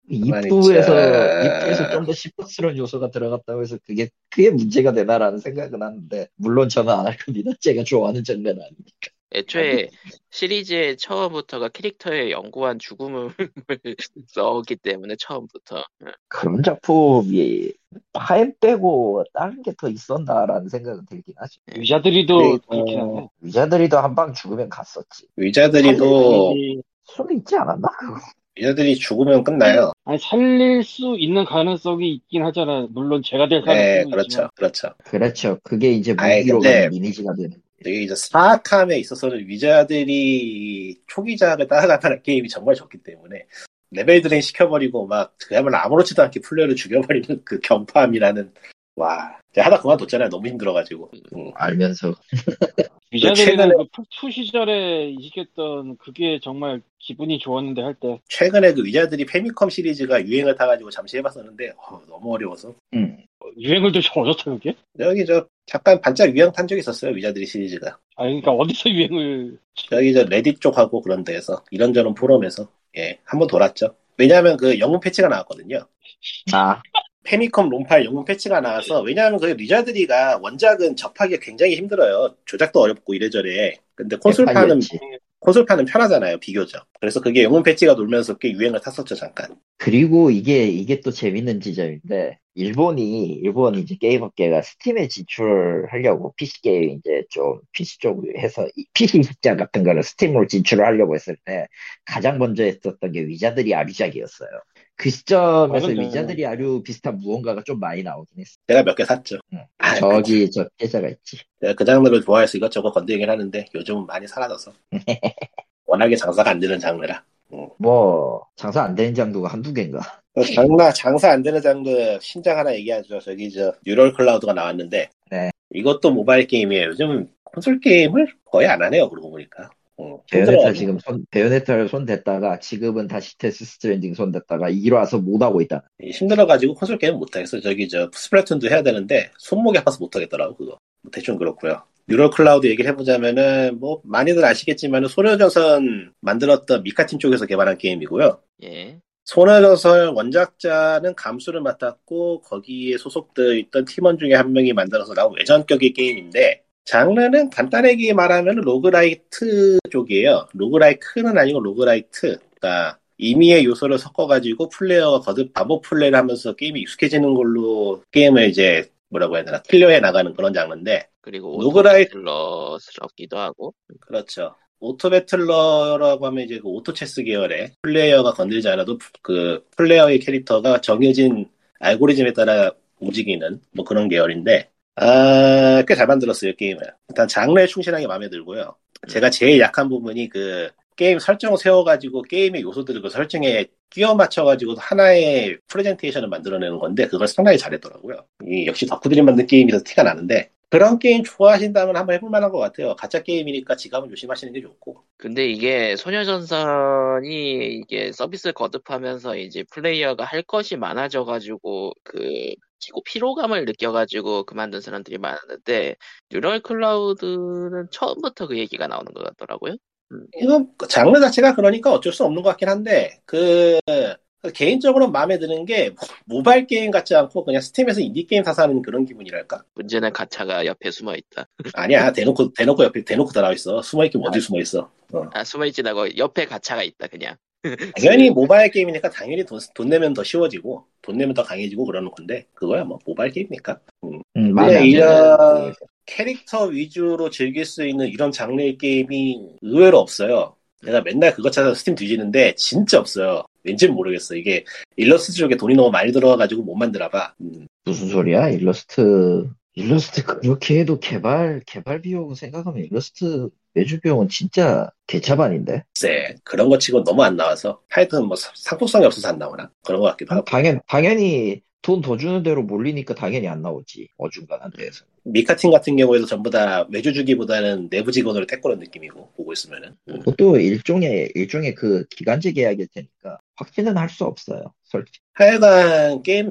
Speaker 4: 가만히
Speaker 2: 입도에서
Speaker 4: 있자.
Speaker 2: 입도에서 좀 더 시퍼스러운 요소가 들어갔다고 해서 그게 그게 문제가 되나라는 생각은 하는데 물론 저는 안 할 겁니다. [laughs] 제가 좋아하는 장르는 아니니까.
Speaker 1: 애초에 시리즈의 처음부터가 캐릭터의 영구한 죽음을 [laughs] 써왔기 때문에 처음부터
Speaker 2: 그런 작품이 파엠 빼고 다른 게 더 있었나라는 생각은 들긴 하죠.
Speaker 3: 유자들이도
Speaker 4: 네,
Speaker 3: 그렇긴
Speaker 4: 어,
Speaker 3: 한데
Speaker 2: 위자들이도 한 방 죽으면 갔었지.
Speaker 4: 위자들이도
Speaker 3: 살릴-
Speaker 2: 수는 있지 않았나? 그거?
Speaker 4: 위자들이 죽으면 끝나요
Speaker 3: 아니 살릴 수 있는 가능성이 있긴 하잖아 물론 제가 될
Speaker 4: 네
Speaker 3: 가능성도 있지만
Speaker 4: 그렇죠 그렇죠
Speaker 2: 그렇죠. 그게 이제
Speaker 4: 아이,
Speaker 2: 무기로
Speaker 4: 근데-
Speaker 2: 가는 리니지가 되는.
Speaker 4: 되게 이제 사악함에 있어서는 위자들이 초기작을 따라가는 게임이 정말 좋기 때문에 레벨 드레인 시켜버리고 막 그야말로 아무렇지도 않게 플레이를 죽여버리는 그 경파함이라는 와 제가 하다 그만뒀잖아요 너무 힘들어가지고 음.
Speaker 2: 알면서
Speaker 3: 유자들이는
Speaker 4: 최근에-
Speaker 3: 그 풀투 시절에 이식했던 그게 정말 기분이 좋았는데 할 때
Speaker 4: 최근에 그 위자들이 페미컴 시리즈가 유행을 타가지고 잠시 해봤었는데 어, 너무 어려워서
Speaker 2: 음.
Speaker 3: 유행을 도대체 어디서 그게?
Speaker 4: 여기 저 잠깐 반짝 유행 탄 적이 있었어요 위자들이 시리즈가
Speaker 3: 아 그러니까 어디서 [laughs] 유행을
Speaker 4: 저기 저 레딧 쪽하고 그런 데에서 이런저런 포럼에서 예 한번 돌았죠 왜냐하면 그 영웅 패치가 나왔거든요
Speaker 2: 아
Speaker 4: 페미컴 롬팔 영문 패치가 나와서 왜냐하면 그 리자드리가 원작은 접하기 굉장히 힘들어요. 조작도 어렵고 이래저래. 근데
Speaker 2: 예,
Speaker 4: 콘솔판은
Speaker 2: 헷갈렸지.
Speaker 4: 콘솔판은 편하잖아요 비교적. 그래서 그게 영문 패치가 돌면서 꽤 유행을 탔었죠 잠깐.
Speaker 2: 그리고 이게, 이게 또 재밌는 지점인데, 일본이, 일본 이제 게임업계가 스팀에 진출하려고 PC게임 이제 좀 PC 쪽으로 해서 이 PC 시장 같은 거를 스팀으로 진출을 하려고 했을 때 가장 먼저 했었던 게 위자들이 아류작이었어요. 그 시점에서
Speaker 3: 맞아요.
Speaker 2: 위자들이 아류 비슷한 무언가가 좀 많이 나오긴 했어.
Speaker 4: 내가 몇 개 샀죠.
Speaker 2: 응.
Speaker 4: 아,
Speaker 2: 저기, 저 피해자가 있지.
Speaker 4: 내가 그 장르를 좋아해서 이것저것 건드리긴 하는데 요즘은
Speaker 2: [laughs]
Speaker 4: 많이 사라져서 워낙에 장사가 안 되는 장르라.
Speaker 2: 뭐, 장사 안 되는 장도가 한두 개인가?
Speaker 4: 어, 장나 장사 안 되는 장르 신작 하나 얘기하죠. 저기 저 뉴럴 클라우드가 나왔는데
Speaker 2: 네.
Speaker 4: 이것도 모바일 게임이에요. 요즘 콘솔 게임을 거의 안 하네요. 그러고 보니까. 어,
Speaker 2: 베요네타
Speaker 4: 힘들어요.
Speaker 2: 지금 손, 베요네타를 손댔다가 지금은 다시 데스 스트랜딩 손댔다가 이리 와서 못하고 있다.
Speaker 4: 예, 힘들어가지고 콘솔 게임 못하겠어. 저기 저 스플래툰도 해야 되는데 손목이 아파서 못하겠더라고 그거. 뭐 대충 그렇고요. 뉴럴 클라우드 얘기를 해보자면은 뭐 많이들 아시겠지만 소녀전선 만들었던 미카팀 쪽에서 개발한 게임이고요.
Speaker 1: 예.
Speaker 4: 소녀전선 원작자는 감수를 맡았고 거기에 소속되어 있던 팀원 중에 한 명이 만들어서 나온 외전격의 게임인데 장르는 간단하게 말하면 로그라이트 쪽이에요. 로그라이크는 아니고 로그라이트. 그러니까 임의의 요소를 섞어가지고 플레이어가 거듭 반복 플레이를 하면서 게임이 익숙해지는 걸로 게임을 이제 뭐라고 해야 되나 클리어해 나가는 그런 장르인데
Speaker 1: 그리고
Speaker 4: 노그라이-
Speaker 1: 오토틀러스럽기도 하고
Speaker 4: 그렇죠. 오토 배틀러라고 하면 이제 그 오토 체스 계열의 플레이어가 건들지 않아도 프- 그 플레이어의 캐릭터가 정해진 알고리즘에 따라 움직이는 뭐 그런 계열인데 아, 꽤 잘 만들었어요 게임을. 일단 장르에 충실하게 마음에 들고요. 제가 제일 약한 부분이 그 게임 설정 세워가지고 게임의 요소들을 그 설정에 끼워 맞춰가지고 하나의 프레젠테이션을 만들어내는 건데 그걸 상당히 잘했더라고요. 이 역시 덕후들이 만든 게임이라서 티가 나는데 그런 게임 좋아하신다면 한번 해볼 만한 것 같아요. 가짜 게임이니까 지갑은 조심하시는 게 좋고.
Speaker 1: 근데 이게 소녀전선이 이게 서비스를 거듭하면서 이제 플레이어가 할 것이 많아져가지고 그 피고 피로감을 느껴가지고 그만둔 사람들이 많았는데 뉴럴 클라우드는 처음부터 그 얘기가 나오는 것 같더라고요.
Speaker 4: 이건 그 장르 자체가 그러니까 어쩔 수 없는 것 같긴 한데 그, 그 개인적으로 마음에 드는 게 모- 모바일 게임 같지 않고 그냥 스팀에서 인디 게임 사서 하는 그런 기분이랄까.
Speaker 1: 문제는 가차가 옆에 숨어 있다.
Speaker 4: 아니야 대놓고 대놓고 옆에 대놓고 들어와 있어. 숨어 있긴 어디 숨어 있어. 어.
Speaker 1: 아 숨어 있진 않고 옆에 가차가 있다 그냥.
Speaker 4: 당연히 모바일 게임이니까 당연히 돈, 돈 내면 더 쉬워지고 돈 내면 더 강해지고 그러는 건데 그거야 뭐 모바일 게임이니까 음.
Speaker 1: 네,
Speaker 2: 음,
Speaker 4: 근데
Speaker 2: 마음에 안 드는
Speaker 4: 이런
Speaker 2: 게임이죠.
Speaker 4: 캐릭터 위주로 즐길 수 있는 이런 장르의 게임이 의외로 없어요 내가 맨날 그거 찾아서 스팀 뒤지는데 진짜 없어요 왠지 모르겠어 이게 일러스트 쪽에 돈이 너무 많이 들어와가지고 못 만들어봐 음.
Speaker 2: 무슨 소리야? 일러스트 일러스트 그렇게 해도 개발 개발 비용 생각하면 일러스트 매주 비용은 진짜 개차반인데
Speaker 4: 글쎄 그런 거 치고 너무 안 나와서 하여튼 뭐 사- 상품성이 없어서 안 나오나 그런 것 같기도 하고
Speaker 2: 당연 당연히 돈 더 주는 대로 몰리니까 당연히 안 나오지 어중간한
Speaker 4: 네.
Speaker 2: 데에서
Speaker 4: 미카팅 같은 경우에도 전부 다 외주 주기보다는 내부 직원으로 떼꾸는 느낌이고 보고 있으면은 음.
Speaker 2: 그것도 일종의 일종의 그 기간제 계약일 테니까 확신은 할 수 없어요 솔직히
Speaker 4: 하여간 게임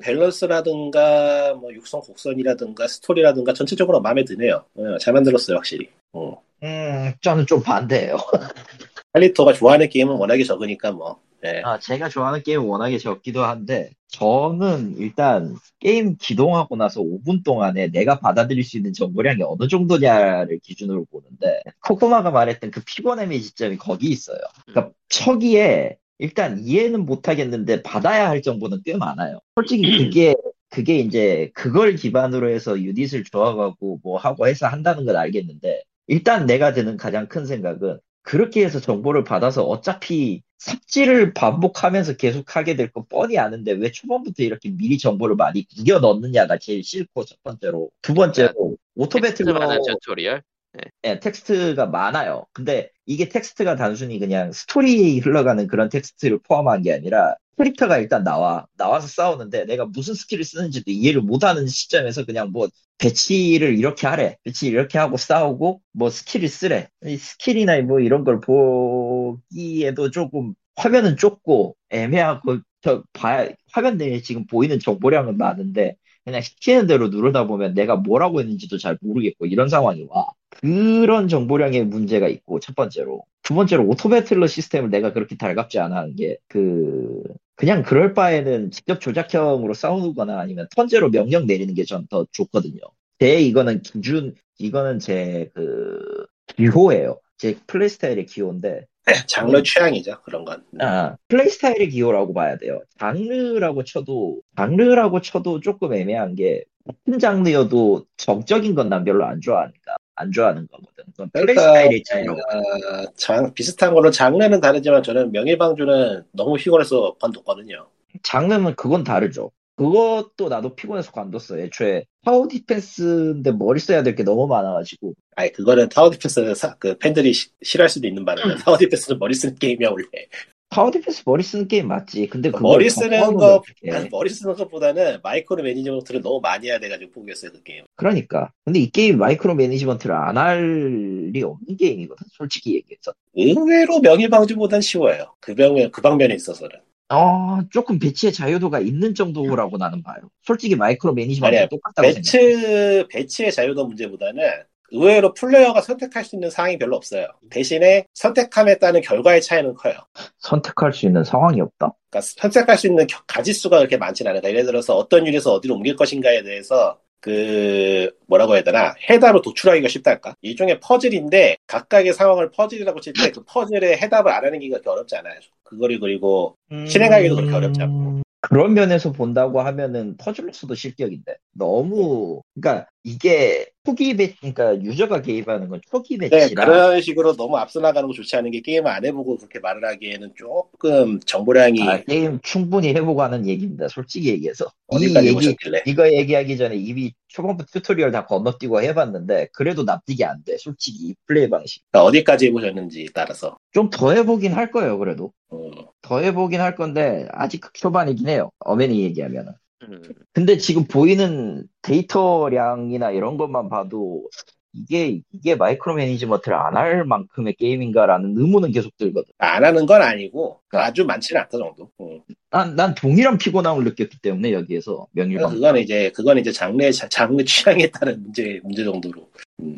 Speaker 4: 밸런스라든가 뭐 육성 곡선이라든가 스토리라든가 전체적으로 마음에 드네요. 어, 잘 만들었어요 확실히. 어.
Speaker 2: 음 저는 좀 반대예요
Speaker 4: 칼리토가 좋아하는 게임은 워낙에 적으니까 뭐. 예.
Speaker 2: 아, 제가 좋아하는 게임은 워낙에 적기도 한데, 저는 일단 게임 기동하고 나서 5분 동안에 내가 받아들일 수 있는 정보량이 어느 정도냐를 기준으로 보는데, 코코마가 말했던 그 피곤함의 지점이 거기 있어요. 그러니까 초기에 일단 이해는 못하겠는데 받아야 할 정보는 꽤 많아요. 솔직히 그게 그게 이제 그걸 기반으로 해서 유닛을 조합하고 뭐 하고 해서 한다는 건 알겠는데 일단 내가 드는 가장 큰 생각은 그렇게 해서 정보를 받아서 어차피 삽질을 반복하면서 계속 하게 될 거 뻔히 아는데 왜 초반부터 이렇게 미리 정보를 많이 구겨 넣느냐가 제일 싫고 첫 번째로 두 번째로 오토
Speaker 1: 텍스트 많은
Speaker 2: 배틀로
Speaker 1: 튜토리얼.
Speaker 2: 예, 텍스트가 많아요. 근데 이게 텍스트가 단순히 그냥 스토리 흘러가는 그런 텍스트를 포함한 게 아니라 캐릭터가 일단 나와. 나와서 싸우는데 내가 무슨 스킬을 쓰는지도 이해를 못하는 시점에서 그냥 뭐 배치를 이렇게 하래. 배치 이렇게 하고 싸우고 뭐 스킬을 쓰래. 이 스킬이나 뭐 이런 걸 보기에도 조금 화면은 좁고 애매하고 저 봐, 화면 내에 지금 보이는 정보량은 많은데 그냥 시키는 대로 누르다 보면 내가 뭘 하고 있는지도 잘 모르겠고 이런 상황이 와. 그런 정보량의 문제가 있고, 첫 번째로. 두 번째로, 오토배틀러 시스템을 내가 그렇게 달갑지 않아 하는 게, 그, 그냥 그럴 바에는 직접 조작형으로 싸우거나 아니면 턴제로 명령 내리는 게 전 더 좋거든요. 제 이거는 기준, 이거는 제 그, 기호예요. 제 플레이 스타일의 기호인데,
Speaker 4: [clears throat] 장르 취향이죠 그런 건.
Speaker 2: 음. 아, 플레이 스타일의 기호라고 봐야 돼요. 장르라고 쳐도, 장르라고 쳐도 조금 애매한 게, 같은 장르여도 정적인 건 난 별로 안 좋아하니까, 안 좋아하는 거거든. 그건 플레이
Speaker 4: 그러니까,
Speaker 2: 스타일의 차이라고.
Speaker 4: 아, 장- 비슷한 걸로 장르는 다르지만 저는 명예방주는 너무 피곤해서 관뒀거든요.
Speaker 2: 장르는 그건 다르죠. 그것도 나도 피곤해서 관뒀어. 애초에 파워 디펜스인데 머리 써야 될 게 너무 많아가지고.
Speaker 4: 아니 그거는 타워 디펜스 사- 그 팬들이 시- 싫어할 수도 있는 바람에
Speaker 2: 음.
Speaker 4: 타워 디펜스는 머리 쓰는 게임이야 원래.
Speaker 2: 파워 디펜스 머리 쓰는 게임 맞지. 근데 그걸
Speaker 4: 머리 쓰는
Speaker 2: 덮어놓으면 뭐, 예,
Speaker 4: 거-
Speaker 2: 어떡해.
Speaker 4: 난 머리 쓰는 것보다는 마이크로 매니지먼트를 너무 많이 해야 돼가지고 포기했어요 그 게임.
Speaker 2: 그러니까. 근데 이 게임 마이크로 매니지먼트를 안 할 일이 없는 게임이거든. 솔직히 얘기해서.
Speaker 4: 의외로 명예방주보단 쉬워요. 그 병에 그 방면에 있어서는.
Speaker 2: 어, 조금 배치의 자유도가 있는 정도라고 나는 봐요. 솔직히 마이크로 매니지먼트
Speaker 4: 아니야,
Speaker 2: 똑같다고 생각해.
Speaker 4: 배치 배치의 자유도 문제보다는 의외로 플레이어가 선택할 수 있는 상황이 별로 없어요. 대신에 선택함에 따른 결과의 차이는 커요.
Speaker 2: 선택할 수 있는 상황이 없다?
Speaker 4: 그러니까 선택할 수 있는 겨- 가짓수가 그렇게 많진 않으니까 예를 들어서 어떤 일에서 어디로 옮길 것인가에 대해서 그 뭐라고 해야 되나 해답을 도출하기가 쉽달까 일종의 퍼즐인데 각각의 상황을 퍼즐이라고 칠 때 그 퍼즐에 해답을 안 하는 게 그렇게 어렵지 않아요 그거를 그리고
Speaker 2: 음.
Speaker 4: 실행하기도 그렇게 어렵지 않고.
Speaker 2: 그런 면에서 본다고 하면은 퍼즐로서도 실격인데 너무 그러니까 이게 초기 배 그러니까 유저가 개입하는 건 초기 [laughs]
Speaker 4: 네,
Speaker 2: 배치라
Speaker 4: 그런 식으로 너무 앞서 나가는 거 좋지 않은 게 게임을 안 해보고 그렇게 말을 하기에는 조금 정보량이
Speaker 2: 아, 게임 충분히 해보고 하는 얘기입니다. 솔직히 얘기해서 이
Speaker 4: 어디까지
Speaker 2: 얘기
Speaker 4: 오셨길래
Speaker 2: 이거 얘기하기 전에 이미 초반부터 튜토리얼 다 건너뛰고 해봤는데 그래도 납득이 안 돼. 솔직히 이 플레이 방식
Speaker 4: 그러니까 어디까지 해보셨는지 따라서
Speaker 2: 좀 더 해보긴 할 거예요. 그래도
Speaker 4: 음.
Speaker 2: 더 해보긴 할 건데 아직 초반이긴 해요. 어맨이 얘기하면은.
Speaker 1: 음,
Speaker 2: 근데 지금 보이는 데이터량이나 이런 것만 봐도 이게 이게 마이크로 매니지먼트를 안 할 만큼의 게임인가라는 의문은 계속 들거든.
Speaker 4: 안 하는 건 아니고 아주 많지는 않다 정도 음.
Speaker 2: 난, 난 동일한 피곤함을 느꼈기 때문에 여기에서
Speaker 4: 그러니까
Speaker 2: 명일방.
Speaker 4: 그건 이제 그건 이제 장르 장르 취향에 따른 문제 문제 정도로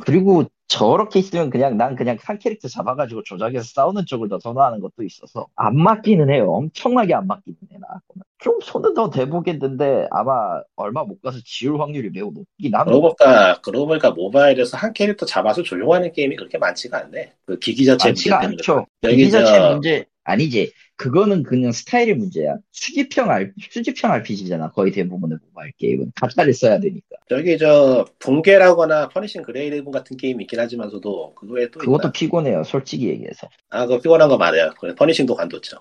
Speaker 2: 그리고 저렇게 있으면 그냥 난 그냥 한 캐릭터 잡아가지고 조작해서 싸우는 쪽을 더 선호하는 것도 있어서 안 맞기는 해요. 엄청나게 안 맞기는 해 나하고는. 좀 손은 더 대보겠는데 아마 얼마 못 가서 지울 확률이 매우 높긴 합니다.
Speaker 4: 그러고 보니까 그러고 보니까 모바일에서 한 캐릭터 잡아서 조용하는 게임이 그렇게 많지가 않네. 그 기기 자체 문제
Speaker 2: 많지가
Speaker 4: 때문에.
Speaker 2: 않죠.
Speaker 4: 그래.
Speaker 2: 기기
Speaker 4: 여기 저-
Speaker 2: 자체 문제 아니지. 그거는 그냥 스타일의 문제야. 수집형 알 수집형 RPG잖아. 거의 대부분의 모바일 게임은 가짜를 써야 되니까.
Speaker 4: 저기 저 붕괴라거나 퍼니싱 그레이 레븐 같은 게임이 있긴 하지만서도 그거 외에 또
Speaker 2: 그것도
Speaker 4: 있나?
Speaker 2: 피곤해요. 솔직히 얘기해서.
Speaker 4: 아 그거 피곤한 거 맞아요. 그래 퍼니싱도 관뒀죠.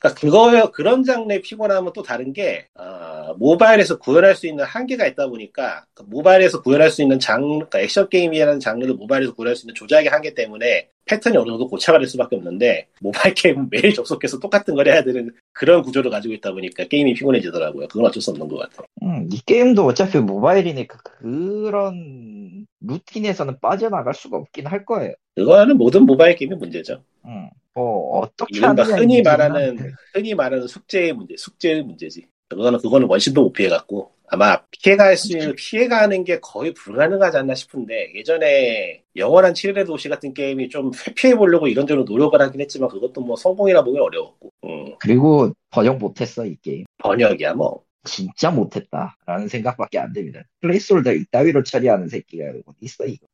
Speaker 4: 그러니까 그거 그런 장르의 피곤함은 또 다른 게 아, 모바일에서 구현할 수 있는 한계가 있다 보니까 그 모바일에서 구현할 수 있는 장르 그러니까 액션 게임이라는 장르를 모바일에서 구현할 수 있는 조작의 한계 때문에 패턴이 어느 정도 고착화 될 수밖에 없는데 모바일 게임은 매일 접속해서 똑같은 걸 해야 되는 그런 구조를 가지고 있다 보니까 게임이 피곤해지더라고요. 그건 어쩔 수 없는 것 같아요.
Speaker 2: 음, 이 게임도 어차피 모바일이니까 그런 루틴에서는 빠져나갈 수가 없긴 할 거예요.
Speaker 4: 그거는 모든 모바일 게임의 문제죠.
Speaker 2: 음, 뭐 어떻게
Speaker 4: 이른바
Speaker 2: 하느냐
Speaker 4: 흔히 말하는 흔히 말하는 숙제의 문제, 숙제의 문제지. 그거는 그거는 원심도 못 피해갔고 아마 피해갈 수
Speaker 2: 음.
Speaker 4: 있는 피해가는 게 거의 불가능하지 않나 싶은데 예전에 영원한 7일의 도시 같은 게임이 좀 회피해 보려고 이런저런 노력을 하긴 했지만 그것도 뭐 성공이라 보기 어려웠고 음,
Speaker 2: 그리고 번역 못했어 이 게임.
Speaker 4: 번역이야 뭐
Speaker 2: 진짜 못했다라는 생각밖에 안 됩니다. 플레이솔더 이따위로 처리하는 새끼가 어디 있어 이거.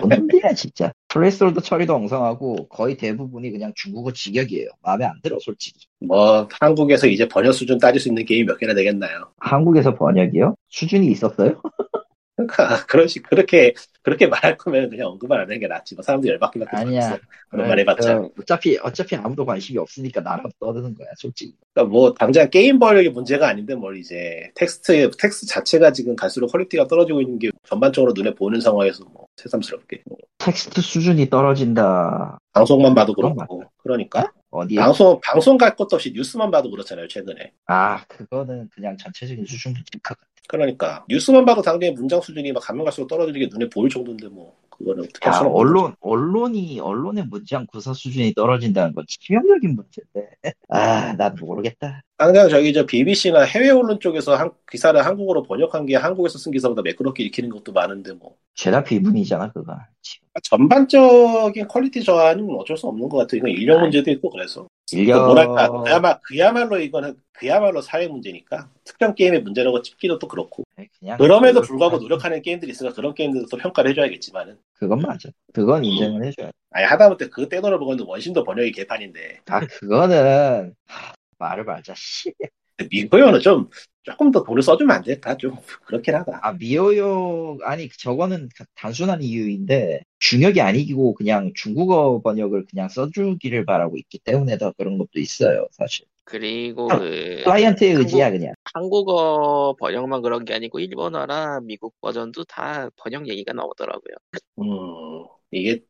Speaker 2: 뭔 놈들이야 진짜. 플레이솔더 처리도 엉성하고 거의 대부분이 그냥 중국어 직역이에요. 마음에 안 들어 솔직히.
Speaker 4: 뭐 한국에서 이제 번역 수준 따질 수 있는 게임이 몇 개나 되겠나요?
Speaker 2: 한국에서 번역이요? 수준이 있었어요?
Speaker 4: 그러니까 [laughs] 그런 식 그렇게 그렇게 말할 거면 그냥 언급만 안 하는 게 낫지. 뭐 사람들이 열받게 받고
Speaker 2: 아니야.
Speaker 4: 그런 말 해봤자.
Speaker 2: 어, 어차피 어차피 아무도 관심이 없으니까 나라 떠드는 거야 솔직히.
Speaker 4: 그러니까 뭐 당장 게임 번역이 문제가 아닌데 뭘 이제 텍스트 텍스트 자체가 지금 갈수록 퀄리티가 떨어지고 있는 게 전반적으로 눈에 보이는 상황에서 뭐 새삼스럽게 뭐
Speaker 2: 텍스트 수준이 떨어진다.
Speaker 4: 방송만 봐도
Speaker 2: 그건
Speaker 4: 그렇고 그러니까
Speaker 2: 어디에?
Speaker 4: 방송 방송 갈 것도 없이 뉴스만 봐도 그렇잖아요 최근에
Speaker 2: 아 그거는 그냥 전체적인 수준 문제인 것 같아.
Speaker 4: 그러니까 뉴스만 봐도 당장의 문장 수준이 막 가면 갈수록 떨어지는 게 눈에 보일 정도인데 뭐 그거는 어떻게 할
Speaker 2: 야,
Speaker 4: 수는 없는 거죠.
Speaker 2: 아, 언론, 언론이, 언론의 문장 구사 수준이 떨어진다는 건 치명적인 문제인데. 아, 난 모르겠다.
Speaker 4: 당장 저기 저 BBC나 해외 언론 쪽에서 한- 기사를 한국어로 번역한 게 한국에서 쓴 기사보다 매끄럽게 읽히는 것도 많은데 뭐 그러니까
Speaker 2: 죄다 비문이잖아, 그거. 치,
Speaker 4: 전반적인 퀄리티 저하는 어쩔 수 없는 것 같아요. 이건 인력
Speaker 2: 아이.
Speaker 4: 문제도 있고 그래서
Speaker 2: 인력,
Speaker 4: 뭐랄까 그야마, 그야말로 이거는 그야말로 사회 문제니까 특정 게임의 문제라고 찝기도 또 그렇고
Speaker 2: 네, 그냥
Speaker 4: 그럼에도
Speaker 2: 아, 그걸-
Speaker 4: 불구하고 노력하는 게임들이 있으니까 그런 게임들도 또 평가를 해줘야겠지만은
Speaker 2: 그건 맞아. 그건 인정을 해줘야 돼.
Speaker 4: 아니 하다못해 그 떼돈을 먹었는 원심도 번역이 개판인데
Speaker 2: 아, 그거는, 하, 말을 말자, 씨.
Speaker 4: 미코요는 좀 조금 더 돈을 써주면 안 될까 좀 [laughs] 그렇긴 하다.
Speaker 2: 아, 미호요, 아니, 저거는 가- 단순한 이유인데, 중역이 아니고 그냥 중국어 번역을 그냥 써주기를 바라고 있기 때문에 더 그런 것도 있어요, 사실.
Speaker 1: 그리고
Speaker 4: 아,
Speaker 1: 그
Speaker 2: 클라이언트의
Speaker 1: 한국-
Speaker 2: 의지야, 그냥.
Speaker 1: 한국어 번역만 그런 게 아니고 일본어랑 미국 버전도 다 번역 얘기가 나오더라고요.
Speaker 4: 음 이게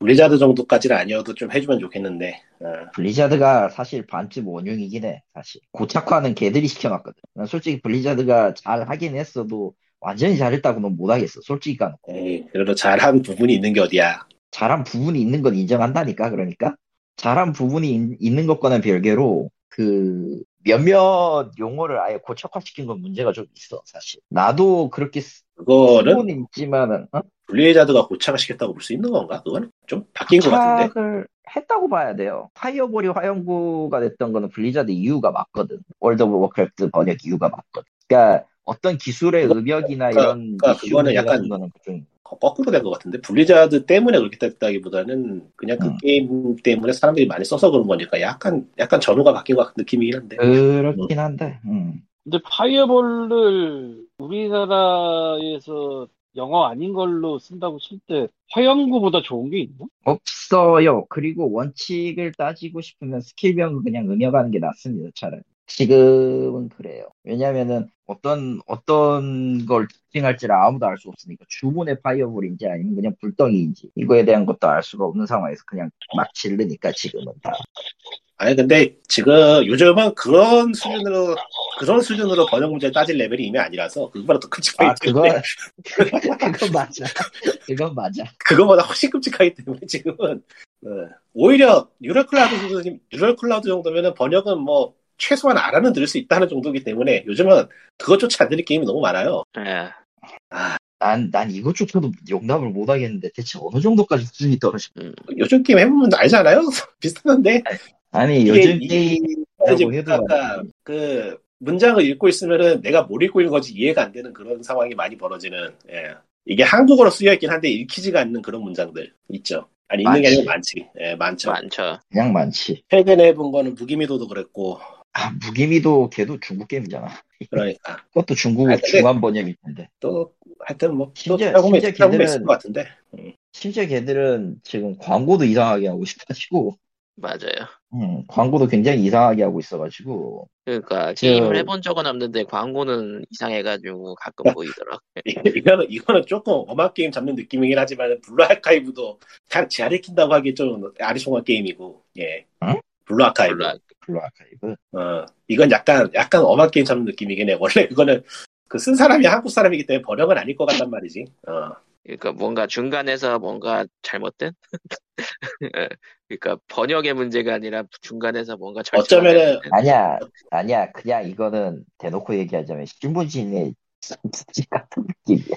Speaker 4: 블리자드 정도까지는 아니어도 좀 해주면 좋겠는데 어,
Speaker 2: 블리자드가 사실 반쯤 원흉이긴 해, 사실. 고착화는 걔들이 시켜놨거든. 난 솔직히 블리자드가 잘 하긴 했어도 완전히 잘했다고는 못하겠어, 솔직히 까놓고.
Speaker 4: 에이, 그래도 잘한 부분이 있는 게 어디야?
Speaker 2: 잘한 부분이 있는 건 인정한다니까, 그러니까. 잘한 부분이 인- 있는 것과는 별개로, 그, 몇몇 용어를 아예 고착화시킨 건 문제가 좀 있어, 사실. 나도 그렇게 쓰-
Speaker 4: 그거는
Speaker 2: 쓰고는 있지만은, 어?
Speaker 4: 블리자드가 고착화시켰다고 볼 수 있는 건가? 그건 좀 바뀐 것 같은데.
Speaker 2: 착을 했다고 봐야 돼요. 파이어볼이 화영구가 됐던 거는 블리자드 이유가 맞거든. 월드 오브 워크래프트 번역 이유가 맞거든. 그러니까 어떤 기술의
Speaker 4: 그거-
Speaker 2: 의벽이나
Speaker 4: 그러니까-
Speaker 2: 이런
Speaker 4: 그러니까
Speaker 2: 이슈
Speaker 4: 그거는
Speaker 2: 문제 같은
Speaker 4: 약간
Speaker 2: 거는 그중
Speaker 4: 거- 거꾸로 된 것 같은데 블리자드 때문에 그렇게 됐다기보다는 그냥 그
Speaker 2: 음.
Speaker 4: 게임 때문에 사람들이 많이 써서 그런 거니까 약간 약간 전후가 바뀐 것 같은 느낌이긴 한데
Speaker 2: 그렇긴 한데, 음.
Speaker 3: 근데 파이어볼을 우리나라에서 영어 아닌 걸로 쓴다고 칠 때 화영구보다 좋은 게 있나?
Speaker 2: 없어요. 그리고 원칙을 따지고 싶으면 스킬병은 그냥 음역하는 게 낫습니다, 차라리. 지금은 그래요. 왜냐면은 어떤, 어떤 걸 특징할지를 아무도 알 수 없으니까 주문의 파이어볼인지 아니면 그냥 불덩이인지 이거에 대한 것도 알 수가 없는 상황에서 그냥 막 지르니까 지금은 다.
Speaker 4: 아니 근데 지금 요즘은 그런 수준으로 그런 수준으로 번역 문제 따질 레벨이 이미 아니라서 그거보다 더
Speaker 2: 아,
Speaker 4: 끔찍하기 때문에 [laughs]
Speaker 2: 그건, [laughs] 그건 맞아. [laughs] 그건 맞아.
Speaker 4: 그거보다 훨씬 끔찍하기 때문에 지금은 어, 오히려 뉴럴 클라우드 수준 뉴럴 클라우드 정도면은 번역은 뭐 최소한 알아는 들을 수 있다는 정도이기 때문에 요즘은 그것조차 안 되는 게임이 너무 많아요.
Speaker 1: 예.
Speaker 2: 난, 난 이것조차도 용납을 못 하겠는데 대체 어느 정도까지 수준이 떨어질까?
Speaker 4: 요즘 게임 해보면 알잖아요. [laughs] 비슷한데
Speaker 2: 아니,
Speaker 4: 이게-
Speaker 2: 요즘
Speaker 4: 이게-
Speaker 2: 게임이라고 해도
Speaker 4: 아까 그 문장을 읽고 있으면은 내가 뭘 읽고 있는 건지 이해가 안 되는 그런 상황이 많이 벌어지는 예. 이게 한국어로 쓰여 있긴 한데 읽히지가 않는 그런 문장들 있죠. 아니 있는 게
Speaker 2: 많지.
Speaker 4: 아니고 많지. 예, 많죠.
Speaker 1: 많죠.
Speaker 2: 그냥 많지.
Speaker 4: 최근에 본 거는 무기미도도 그랬고
Speaker 2: 아, 무기미도 걔도 중국 게임이잖아.
Speaker 4: 그러니까
Speaker 2: 그것도 중국
Speaker 4: 아, 근데-
Speaker 2: 중간 번역일 텐데.
Speaker 4: 또 하여튼 뭐또
Speaker 2: 심지어-
Speaker 4: 찾아보면
Speaker 2: 심지어
Speaker 4: 찾아보면
Speaker 2: 걔들은-
Speaker 4: 있을 것 같은데 [laughs]
Speaker 2: 심지어 걔들은 지금 광고도 이상하게 하고 싶어가지고,
Speaker 1: 맞아요.
Speaker 2: [laughs] 음, 광고도 굉장히 이상하게 하고 있어가지고,
Speaker 1: 그러니까
Speaker 2: 저-
Speaker 1: 게임을 해본 적은 없는데 광고는 이상해가지고 가끔 보이더라고요.
Speaker 4: 이거는 이거는 조금 어마 게임 잡는 느낌이긴 하지만 블루 아카이브도 그냥 재활익힌다고 하기 좀 아리송한 게임이고 예
Speaker 2: 응?
Speaker 4: 블루 아카이브
Speaker 1: 물론
Speaker 2: 블루 아카이브.
Speaker 4: 어, 이건 약간, 약간 엄한 게임 잡는 느낌이긴 해. 원래 그거는 그 쓴 사람이 한국 사람이기 때문에 번역은 아닐 것 같단 말이지. 어,
Speaker 1: 그러니까 뭔가 중간에서 뭔가 잘못된? [laughs] 예. 그러니까 번역의 문제가 아니라 중간에서 뭔가 절차가
Speaker 4: 어쩌면은-
Speaker 1: 잘못된.
Speaker 2: 아니야, 아니야, 그냥 이거는 대놓고 얘기하자면, 신문진의 [laughs] 습식 같은 느낌이야.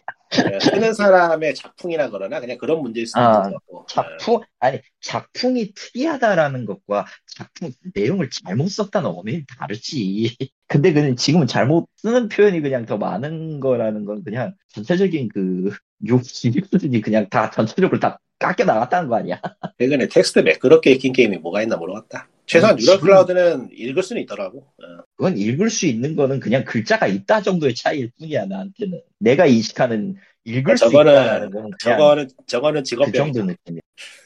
Speaker 4: 예, 쓰는 사람의 작품이나 그러나 그냥 그런 문제일 수도
Speaker 2: 아,
Speaker 4: 있는 것 같고. 어,
Speaker 2: 작품, 아니, 작품이 특이하다라는 것과 작품 내용을 잘못 썼다는 어미는 다르지. [laughs] 근데 그냥 지금은 잘못 쓰는 표현이 그냥 더 많은 거라는 건 그냥 전체적인 그 욕, 진입 수준이 그냥 다 전체적으로 다 깎여 나갔다는 거 아니야? [laughs]
Speaker 4: 최근에 텍스트 매끄럽게 읽힌 게임이 뭐가 있나 모르겠다. 최소한
Speaker 2: 음,
Speaker 4: 유럴
Speaker 2: 지금-
Speaker 4: 클라우드는 읽을 수는 있더라고. 어,
Speaker 2: 그건 읽을 수 있는 거는 그냥 글자가 있다 정도의 차이일 뿐이야, 나한테는. 내가 인식하는 읽을 수
Speaker 4: 저거는-
Speaker 2: 있다라는 건 그냥
Speaker 4: 저거는, 저거는
Speaker 2: 그
Speaker 4: 직업병.
Speaker 2: 정도 느낌이야.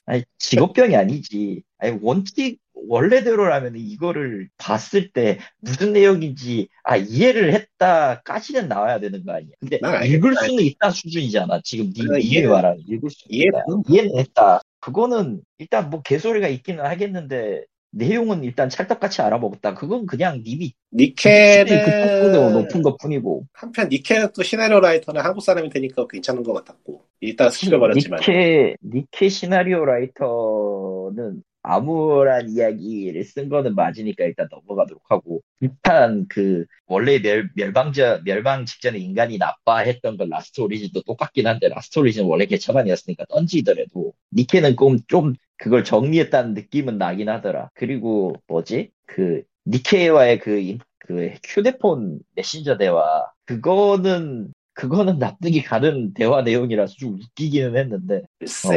Speaker 2: 아니, 직업병이 아니지. 아니, 원칙, 원래대로라면 이거를 봤을 때 무슨 내용인지, 아, 이해를 했다까지는 나와야 되는 거 아니야. 근데
Speaker 4: 난 알겠-
Speaker 2: 읽을 수는 있다 수준이잖아. 지금 니,
Speaker 4: 그래,
Speaker 2: 님이
Speaker 4: 이해는-
Speaker 2: 말하는 읽을 수
Speaker 4: 이해,
Speaker 2: 있다. 이해는 했다. 그거는 일단 뭐 개소리가 있기는 하겠는데, 내용은 일단 찰떡같이 알아먹었다. 그건 그냥 님이 수준이 급폭도
Speaker 4: 니켈은
Speaker 2: 그뭐 높은 것 뿐이고.
Speaker 4: 한편 니켈은 또 시나리오 라이터는 한국 사람이 되니까 괜찮은 것 같았고 일단 스쳐버렸지만
Speaker 2: 니케, 니케 시나리오 라이터는 암울한 이야기를 쓴 거는 맞으니까 일단 넘어가도록 하고, 일단 그, 원래 멸, 멸망자, 멸망 직전에 인간이 나빠했던 건 라스트 오리진도 똑같긴 한데, 라스트 오리진은 원래 개차반이었으니까 던지더라도, 니케는 좀, 좀 그걸 정리했다는 느낌은 나긴 하더라. 그리고 뭐지? 그, 니케와의 그, 인- 그 휴대폰 메신저 대화, 그거는 그거는 납득이 가는 대화 내용이라서 좀 웃기기는 했는데.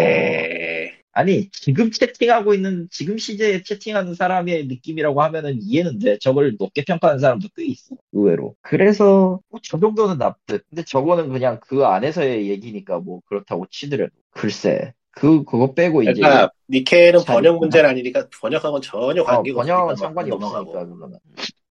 Speaker 4: 글쎄
Speaker 2: 아니, 지금 채팅하고 있는, 지금 시제에 채팅하는 사람의 느낌이라고 하면은 이해는 돼. 저걸 높게 평가하는 사람도 꽤 있어, 의외로. 그래서, 뭐저 정도는 납득. 근데 저거는 그냥 그 안에서의 얘기니까 뭐 그렇다고 치더라도. 글쎄. 그, 그거 빼고 이제,
Speaker 4: 그러니까 니켈은
Speaker 2: 잘
Speaker 4: 번역
Speaker 2: 있구나.
Speaker 4: 문제는 아니니까 번역하고는 전혀
Speaker 2: 어,
Speaker 4: 관계가
Speaker 2: 번역은
Speaker 4: 없으니까
Speaker 2: 상관이
Speaker 4: 넘어가고
Speaker 2: 없으니까, 그러면.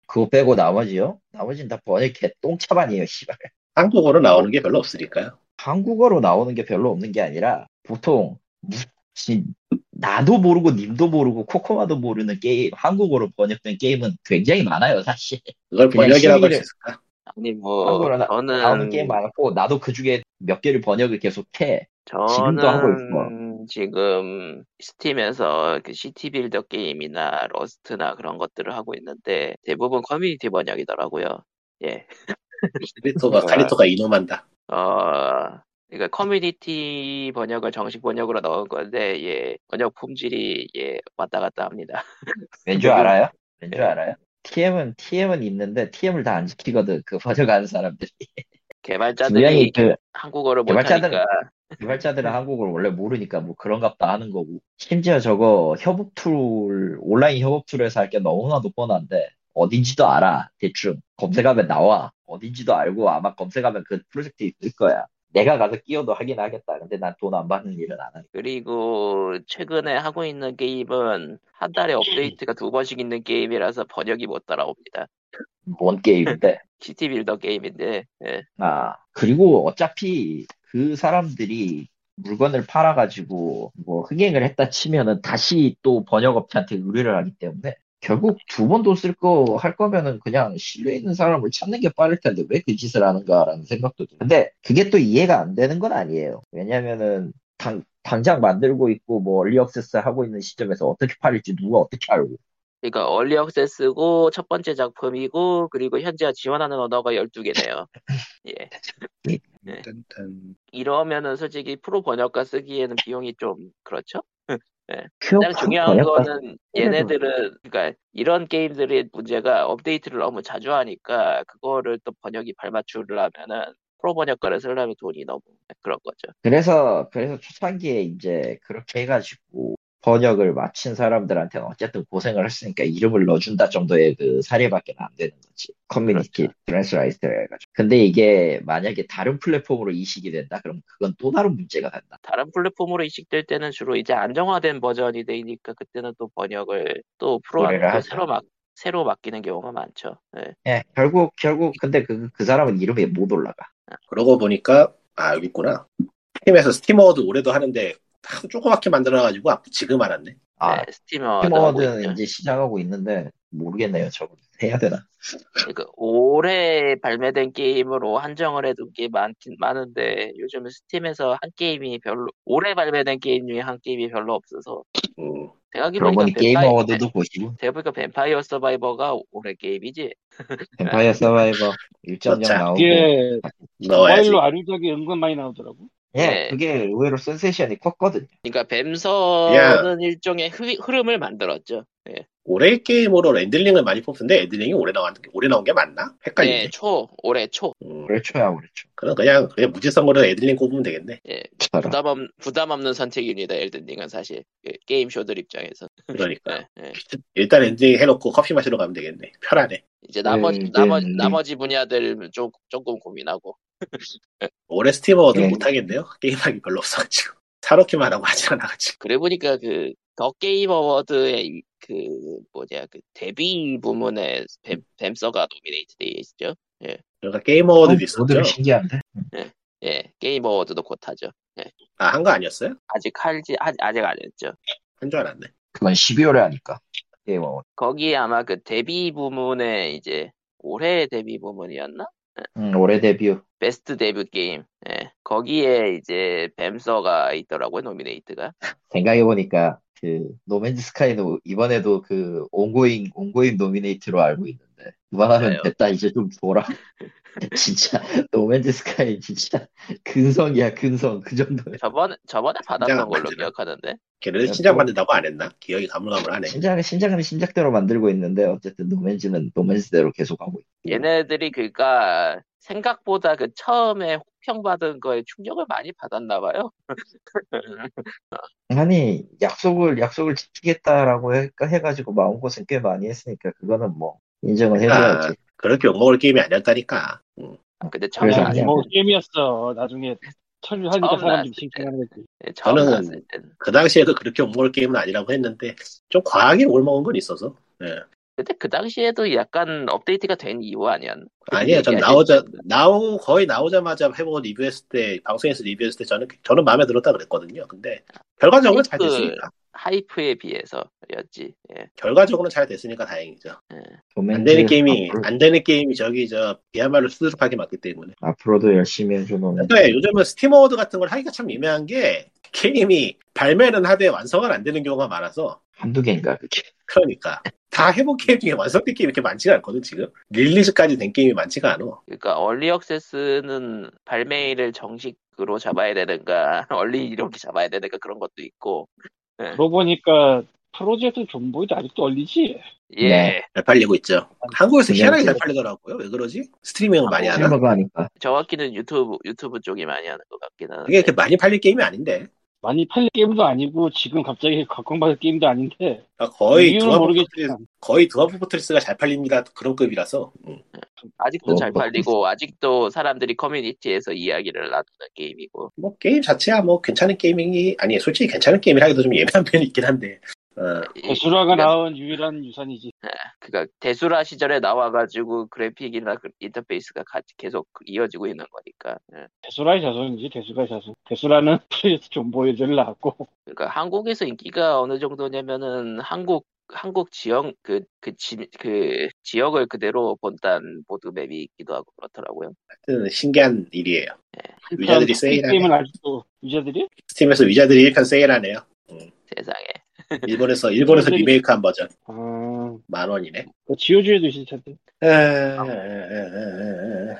Speaker 2: 그거 빼고 나머지요? 나머지는 다 번역 개똥차반이에요, 씨발.
Speaker 4: 한국어로 나오는 게 별로 없으니까요
Speaker 2: 한국어로 나오는 게 별로 없는 게 아니라 보통 무- 지- 나도 모르고 님도 모르고 코코마도 모르는 게임 한국어로 번역된 게임은 굉장히 많아요 사실
Speaker 4: 그걸
Speaker 2: 그냥
Speaker 4: 번역이라고 할
Speaker 2: 심의를-
Speaker 4: 수 있을까
Speaker 1: 아니 뭐
Speaker 2: 한국어로 나, 나오는
Speaker 1: 저는
Speaker 2: 게임 많고 나도 그 중에 몇 개를 번역을 계속 해 지금도 하고
Speaker 1: 저는 지금 스팀에서 그 시티 빌더 게임이나 러스트나 그런 것들을 하고 있는데 대부분 커뮤니티 번역이더라고요. 예.
Speaker 4: 칼리토가
Speaker 1: 아.
Speaker 4: 칼리토가 이놈한다
Speaker 1: 어, 그러니까 커뮤니티 번역을 정식 번역으로 넣은 건데, 예, 번역 품질이, 예, 왔다 갔다 합니다.
Speaker 2: 왠 줄
Speaker 1: 그리고-
Speaker 2: 알아요? 왠 줄
Speaker 1: 예.
Speaker 2: 알아요? TM은 TM은 있는데 TM을 다 안 지키거든 그 번역하는 사람들이 분명히
Speaker 1: 개발자들이
Speaker 2: 그
Speaker 1: 한국어를
Speaker 2: 개발자들은
Speaker 1: 못하니까,
Speaker 2: [laughs] 개발자들은 한국어를 원래 모르니까 뭐 그런갑다 하는 거고 심지어 저거 협업 툴 온라인 협업 툴에서 할 게 너무나도 뻔한데 어딘지도 알아 대충 검색하면 나와 어딘지도 알고 아마 검색하면 그 프로젝트 있을 거야 내가 가서 끼워도 하긴 하겠다 근데 난 돈 안 받는 일은 안 해.
Speaker 1: 그리고 최근에 하고 있는 게임은 한 달에 업데이트가 두 번씩 있는 게임이라서 번역이 못 따라옵니다.
Speaker 2: 뭔 게임인데
Speaker 1: 시티 빌더 게임인데, 예,
Speaker 2: 아, 그리고 어차피 그 사람들이 물건을 팔아가지고 뭐 흥행을 했다 치면은 다시 또 번역업체한테 의뢰를 하기 때문에 결국 두 번도 쓸 거 할 거면은 그냥 신뢰 있는 사람을 찾는 게 빠를 텐데 왜 그 짓을 하는가라는 생각도 들어요. 근데 그게 또 이해가 안 되는 건 아니에요. 왜냐면은 당, 당장 만들고 있고 뭐 얼리 억세스 하고 있는 시점에서 어떻게 팔릴지 누가 어떻게 알고
Speaker 1: 그러니까 얼리 억세스고 첫 번째 작품이고 그리고 현재 지원하는 언어가 12개네요. 예. 네.
Speaker 4: 딴딴.
Speaker 1: 이러면은 솔직히 프로 번역가 쓰기에는 비용이 좀 그렇죠?
Speaker 2: 퓨어
Speaker 1: 가장
Speaker 2: 프로
Speaker 1: 중요한
Speaker 2: 번역가
Speaker 1: 거는 얘네들은 그러니까 이런 게임들의 문제가 업데이트를 너무 자주 하니까 그거를 또 번역이 발맞추려면은 프로 번역가를 쓰려면 돈이 너무 그런 거죠.
Speaker 2: 그래서, 그래서 초창기에 이제 그렇게 해가지고 번역을 마친 사람들한테는 어쨌든 고생을 했으니까 이름을 넣어준다 정도의 그 사례밖에 안 되는 거지. 커뮤니티
Speaker 1: 그렇죠.
Speaker 2: 트랜스라이트라 해가지고. 근데 이게 만약에 다른 플랫폼으로 이식이 된다? 그럼 그건 또 다른 문제가 된다.
Speaker 1: 다른 플랫폼으로 이식될 때는 주로 이제 안정화된 버전이 되니까 그때는 또 번역을 또 프로한테
Speaker 2: 의뢰를
Speaker 1: 또
Speaker 2: 하죠.
Speaker 1: 새로 막 새로 맡기는 경우가 많죠. 예.
Speaker 2: 예, 결국, 결국, 근데 그, 그 사람은 이름에 못 올라가.
Speaker 4: 그러고 보니까 아 여기 있구나 스팀에서 스팀 어워드 올해도 하는데 참 조그맣게 만들어가지고 아, 지금 알았네
Speaker 2: 아,
Speaker 1: 네, 스팀 어워드 하고 있죠.
Speaker 2: 팀워드는 이제 시작하고 있는데 모르겠네요. 저거 해야 되나?
Speaker 1: 그러니까 올해 발매된 게임으로 한정을 해둔 게 많긴 많은데 요즘 스팀에서 한 게임이 별로 올해 발매된 게임 중에 한 게임이 별로 없어서
Speaker 4: 음.
Speaker 2: 그러고
Speaker 1: 생각해보니까
Speaker 2: 보니 게임
Speaker 1: 뱀파이
Speaker 2: 어워드도 보시고,
Speaker 1: 대보니까 뱀파이어 서바이버가 올해 게임이지 네.
Speaker 2: 뱀파이어 서바이버 1.0
Speaker 4: 그렇죠.
Speaker 2: 나오고,
Speaker 3: 그게
Speaker 4: 네. 넣어야지
Speaker 3: 모바일로 아류작이 은근 많이 나오더라고.
Speaker 2: 예,
Speaker 1: 네.
Speaker 2: 그게 의외로 센세이션이 컸거든요.
Speaker 1: 그러니까
Speaker 2: 예.
Speaker 1: 뱀서는 일종의 흐, 흐름을 만들었죠 예.
Speaker 4: 올해 게임으로 렌들링을 많이 뽑는데 렌들링이 올해 나온 올해 나온 게 맞나? 헷갈리네.
Speaker 2: 그러니까
Speaker 1: 예, 초 올해 초
Speaker 4: 음,
Speaker 2: 올해 초야, 올해 초.
Speaker 4: 그럼 그냥 그냥 무지성으로 렌들링 꼽으면 되겠네.
Speaker 2: 저런.
Speaker 1: 부담, 없, 부담 없는 선택입니다 엘든링은 사실 예, 게임쇼들 입장에서
Speaker 4: 그러니까
Speaker 1: 예, 예.
Speaker 4: 일단 렌들링 해놓고 커피 마시러 가면 되겠네. 편하네.
Speaker 1: 이제 나머지
Speaker 2: 음,
Speaker 1: 나머,
Speaker 2: 음.
Speaker 1: 나머지 분야들 좀, 조금 고민하고
Speaker 4: 올해 스팀워드
Speaker 2: 예.
Speaker 4: 못 하겠네요. 게임하기 별로 없어가지고 사놓기만 하고 하지 않아가지고.
Speaker 1: 그래 보니까 그 더 게임 어워드의 이- 그 뭐냐 그 데뷔 부문에 뱀, 뱀서가 노미네이트 되어 있죠.
Speaker 4: 그러니까 게임 어워드
Speaker 2: 어,
Speaker 4: 도 있었죠.
Speaker 2: 모델이 신기한데?
Speaker 1: 예, 게임 어워드도 곧 하죠.
Speaker 4: 아 한 거 아니었어요?
Speaker 1: 아직 할지 아, 아직 안 했죠.
Speaker 4: 한 줄 알았네.
Speaker 2: 그건 12월에 하니까. 게임원.
Speaker 1: 거기에 아마 그 데뷔 부문에 이제 올해 데뷔 부문이었나?
Speaker 2: 음, 올해 데뷔.
Speaker 1: 베스트 데뷔 게임. 예. 거기에 이제 뱀서가 있더라고요, 노미네이트가.
Speaker 2: 생각해보니까 그 노맨즈 스카이도 이번에도 그 온고잉 온고잉 노미네이트로 알고 있는데 그만하면
Speaker 1: 맞아요.
Speaker 2: 됐다 이제 좀 줘라 [laughs] 진짜 노맨즈 스카이 진짜 근성이야 근성 그 정도야
Speaker 1: 저번에, 저번에
Speaker 4: 긴장
Speaker 1: 받았던
Speaker 4: 안
Speaker 1: 걸로
Speaker 4: 받으나?
Speaker 1: 기억하는데.
Speaker 2: 아,
Speaker 4: 걔네들
Speaker 2: 뭐-
Speaker 4: 신작 만든다고 안 했나? 기억이 가물가물하네.
Speaker 2: 신작 신작은 신작대로 만들고 있는데 어쨌든 노맨즈는 노맨즈대로 계속 하고 있고
Speaker 1: 얘네들이 그니까 생각보다 그 처음에 호평받은 거에 충격을 많이 받았나 봐요.
Speaker 2: 아니 약속을 약속을 지키겠다라고 해, 해가지고 마음고생 꽤 많이 했으니까 그거는 뭐 인정을
Speaker 4: 그러니까
Speaker 2: 해줘야지
Speaker 4: 그렇게 욕먹을 게임이 아니었다니까. 음.
Speaker 1: 근데 처음에
Speaker 2: 그래서 뭐
Speaker 3: 야,
Speaker 1: 나왔을
Speaker 2: 아니야.
Speaker 3: 이거 뭐 게임이었어. 나중에
Speaker 4: 아,
Speaker 3: 철류하니까
Speaker 4: 네.
Speaker 1: 처음
Speaker 3: 사람들이
Speaker 1: 나왔을
Speaker 3: 칭찬하는 거지.
Speaker 1: 때, 예, 처음
Speaker 4: 저는-
Speaker 1: 나왔을 땐.
Speaker 4: 그 당시에도 그렇게 욕먹을 게임은 아니라고 했는데 좀 과하게 욕먹은 건 있어서. 예.
Speaker 1: 근데 그 당시에도 약간 업데이트가 된 이후 아니었나?
Speaker 4: 아니에요. 전
Speaker 1: 얘기하지?
Speaker 4: 나오자 나오 거의 나오자마자 해보고 리뷰했을 때 방송에서 리뷰했을 때 저는 저는 마음에 들었다 그랬거든요. 근데 결과적으로 잘
Speaker 1: 그-
Speaker 4: 됐으니까
Speaker 1: 하이프에 비해서였지. 예.
Speaker 4: 결과적으로는 잘 됐으니까 다행이죠. 안
Speaker 2: 노맨즈
Speaker 3: 네,
Speaker 4: 되는
Speaker 3: 아,
Speaker 4: 게임이
Speaker 2: 앞으로,
Speaker 4: 안 되는 게임이 저기 저 그야말로 수두룩하게 맞기 때문에.
Speaker 2: 앞으로도 열심히 해주는
Speaker 4: 근데 요즘은 스팀 어워드 같은 걸 하기가 참 애매한 게 게임이 발매는 하되 완성은 안 되는 경우가 많아서
Speaker 2: 한두 개인가 그게
Speaker 4: 그러니까 다 해본 게임 중에 완성된 게임이 이렇게 많지가 않거든 지금 릴리즈까지 된 게임이 많지가 않아.
Speaker 1: 그러니까 얼리 억세스는 발매일을 정식으로 잡아야 되는가, [laughs] 얼리 이렇게 잡아야 되는가 그런 것도 있고.
Speaker 3: 그러고 보니까 프로젝트 존보이도 아직도 얼리지?
Speaker 1: 예.
Speaker 2: 네.
Speaker 4: 잘 팔리고 있죠. 한국에서
Speaker 3: 네,
Speaker 2: 그냥
Speaker 4: 희한하게
Speaker 2: 그-
Speaker 4: 잘 팔리더라고요. 왜 그러지? 스트리밍을 많이
Speaker 1: 아,
Speaker 4: 안 하나?
Speaker 2: 실버가 하니까
Speaker 1: 정확히는 유튜브 유튜브 쪽이 많이 하는 것 같긴
Speaker 3: 아,
Speaker 1: 한데.
Speaker 4: 그게 이렇게 많이 팔릴 게임이 아닌데.
Speaker 3: 많이 팔릴 게임도 아니고 지금 갑자기 각광받을 게임도 아닌데
Speaker 4: 그러니까 거의
Speaker 3: 이유는
Speaker 4: 드와프 포트리스,
Speaker 3: 모르겠지만
Speaker 4: 거의 드와프 포트리스가 잘 팔립니다. 그런 급이라서. 음.
Speaker 1: 아직도
Speaker 2: 어,
Speaker 1: 잘
Speaker 2: 뭐.
Speaker 1: 팔리고 아직도 사람들이 커뮤니티에서 이야기를 나누는 게임이고.
Speaker 4: 뭐 게임 자체야 뭐 괜찮은 게임이 아니 솔직히 괜찮은 게임이라기도 좀 예민한 [laughs] 편이 있긴 한데. 어,
Speaker 1: 이-
Speaker 3: 대수라가
Speaker 1: 그러니까
Speaker 3: 낳은 유일한 유산이지.
Speaker 1: 그니까 그러니까 대수라 시절에 나와가지고 그래픽이나 그 인터페이스가 같이 계속 이어지고 있는 거니까. 예.
Speaker 3: 대수라의 자손이지 대수가 자손. 대수라는 [laughs] 프로젝트 존보이를 낳았고
Speaker 1: 그러니까 한국에서 인기가 어느 정도냐면은 한국 한국 지역 그 그 지 그 지역을 그대로 본단 보드맵이 있기도 하고 그렇더라고요.
Speaker 4: 하여튼 신기한 일이에요.
Speaker 3: 그런
Speaker 4: 위자들이 세일하네.
Speaker 3: 게임은 아직도 유저들이
Speaker 4: 스팀에서 위자들이 1편 세일하네요.
Speaker 1: 세상에.
Speaker 4: 일본에서 일본에서
Speaker 3: 위자들이-
Speaker 4: 리메이크한 버전
Speaker 3: 아,
Speaker 4: 만 원이네.
Speaker 3: 그 지오주에도 있을 텐데.
Speaker 4: 에, 에, 에, 에, 에.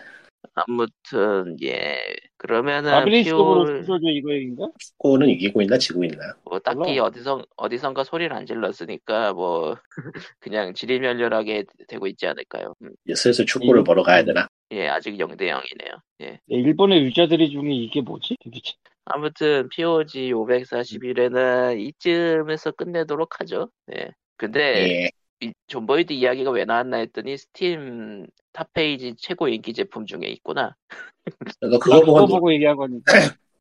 Speaker 1: 아무튼 예. 그러면은
Speaker 3: 아비리스톱으로
Speaker 1: 피올
Speaker 3: 지오주 이거 얘기인가?
Speaker 4: 축구는 이기고 있나 지고 있나?
Speaker 1: 뭐 딱히
Speaker 3: 몰라.
Speaker 1: 어디선 어디선가 소리를 안 질렀으니까 뭐 [laughs] 그냥 지리멸렬하게 되고 있지 않을까요? 음.
Speaker 4: 이제 슬슬 축구를
Speaker 3: 음.
Speaker 4: 보러 가야 되나?
Speaker 1: 예, 아직 0대 0이네요. 예.
Speaker 3: 야, 일본의 유저들이 중에 이게 뭐지? 도대체.
Speaker 1: 아무튼 POG 541에는 이쯤에서 끝내도록 하죠. 예. 근데
Speaker 4: 예.
Speaker 1: 이 존버이드 이야기가 왜 나왔나 했더니 스팀 탑페이지 최고 인기 제품 중에 있구나.
Speaker 4: 그거
Speaker 3: 나
Speaker 4: 그거
Speaker 3: 그거
Speaker 4: 보고 놀-
Speaker 3: 보고 얘기한 거니까.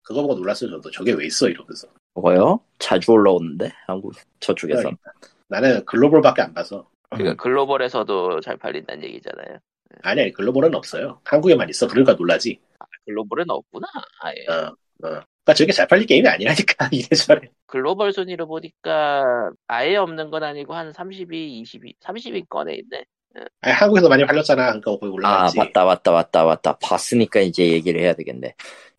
Speaker 4: 그거 보고 놀랐어요 저도 저게 왜 있어 이러면서
Speaker 5: 뭐요? 자주 올라오는데 한국
Speaker 2: 네.
Speaker 5: 저쪽에서.
Speaker 4: 나는 글로벌밖에 안 봐서
Speaker 1: 그러니까 글로벌에서도 잘 팔린다는 얘기잖아요.
Speaker 4: 아니 아니 글로벌은 없어요 한국에만 있어 그러니까 놀라지
Speaker 1: 글로벌은 없구나. 아예.
Speaker 4: 어, 어. 그러니까 저게 잘 팔릴 게임이 아니라니까 [laughs] 이래저래
Speaker 1: 글로벌 순위로 보니까 아예 없는 건 아니고 한 32, 20, 30위권에 있네.
Speaker 4: 아니, 한국에서 많이 팔렸잖아 그러니까 거기
Speaker 5: 아
Speaker 4: 올라갔지
Speaker 5: 맞다 맞다 맞다 맞다 봤으니까 이제 얘기를 해야 되겠네.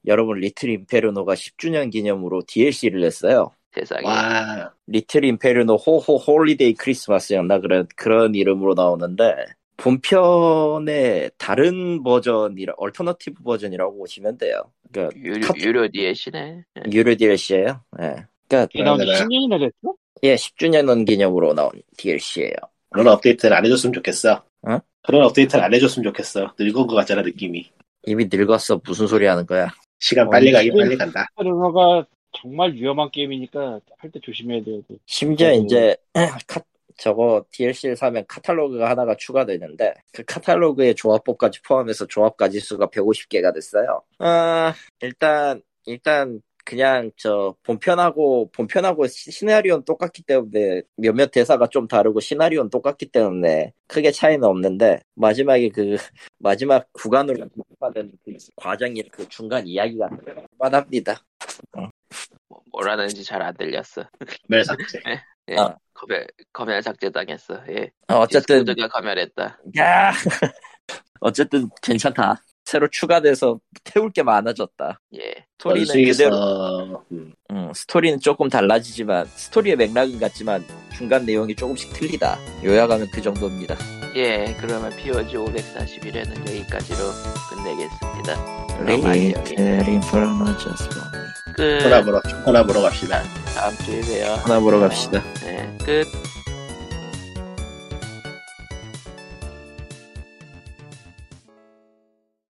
Speaker 5: 여러분 리틀 임페르노가 10주년 기념으로 DLC를 냈어요.
Speaker 1: 세상에.
Speaker 4: 와
Speaker 5: 리틀 임페르노 호호 홀리데이 크리스마스였나 그런 그런 이름으로 나오는데 본편의 다른 버전이라 얼터너티브 버전이라고 보시면 돼요. 그러니까
Speaker 1: 유료,
Speaker 5: 카트-
Speaker 1: 유료 DLC네. 예,
Speaker 5: 유료 DLC예요. 예. 그러니까
Speaker 3: 이게 나온 지
Speaker 4: 그러면은-
Speaker 3: 10년이나 됐어?
Speaker 5: 예 10주년 기념으로 나온 DLC예요.
Speaker 4: 그런 업데이트를 안 해줬으면 좋겠어
Speaker 5: 어?
Speaker 4: 그런 업데이트를 안 해줬으면 좋겠어 늙은 것 같잖아 느낌이
Speaker 5: 이미 늙었어 무슨 소리 하는 거야?
Speaker 4: 시간 빨리
Speaker 3: 어,
Speaker 4: 가긴
Speaker 3: 이게-
Speaker 4: 빨리 간다
Speaker 3: 페르노가 정말 위험한 게임이니까 할 때 조심해야 돼요.
Speaker 5: 심지어
Speaker 3: 그리고-
Speaker 5: 이제 [clears throat] 카- 저거 DLC를 사면 카탈로그가 하나가 추가되는데 그 카탈로그의 조합법까지 포함해서 조합 가지수가 150개가 됐어요. 아, 일단 일단 그냥 저 본편하고 본편하고 시- 시나리오는 똑같기 때문에 몇몇 대사가 좀 다르고 시나리오는 똑같기 때문에 크게 차이는 없는데 마지막에 그 [laughs] 마지막 구간으로 받은 그 과정이 그 중간 이야기가 빠답니다.
Speaker 1: 뭐- 뭐라는지 잘 안 들렸어.
Speaker 4: 멸 삭제
Speaker 1: 예.
Speaker 2: 아.
Speaker 1: 검열, 검열 삭제당했어. 예.
Speaker 5: 아,
Speaker 2: 어, 어쨌든
Speaker 1: 디스코드가 검열했다.
Speaker 2: 야 어쨌든 괜찮다. 새로 추가돼서 태울 게 많아졌다.
Speaker 1: 예.
Speaker 2: 스토리는
Speaker 4: 원수에서,
Speaker 2: 그대로,
Speaker 4: 음,
Speaker 2: 음, 스토리는 조금 달라지지만 스토리의 맥락은 같지만 중간 내용이 조금씩 틀리다. 요약하면 그 정도입니다.
Speaker 1: 예. 그러면 POG 541회는 여기까지로 끝내겠습니다. 그럼 안녕.
Speaker 2: 레이크림 프롬 어저스트
Speaker 1: 끝.
Speaker 4: 하나 보러, 하나 보러 갑시다.
Speaker 1: 다음 주에 봬요.
Speaker 2: 하나 보러 갑시다.
Speaker 1: 예. 끝.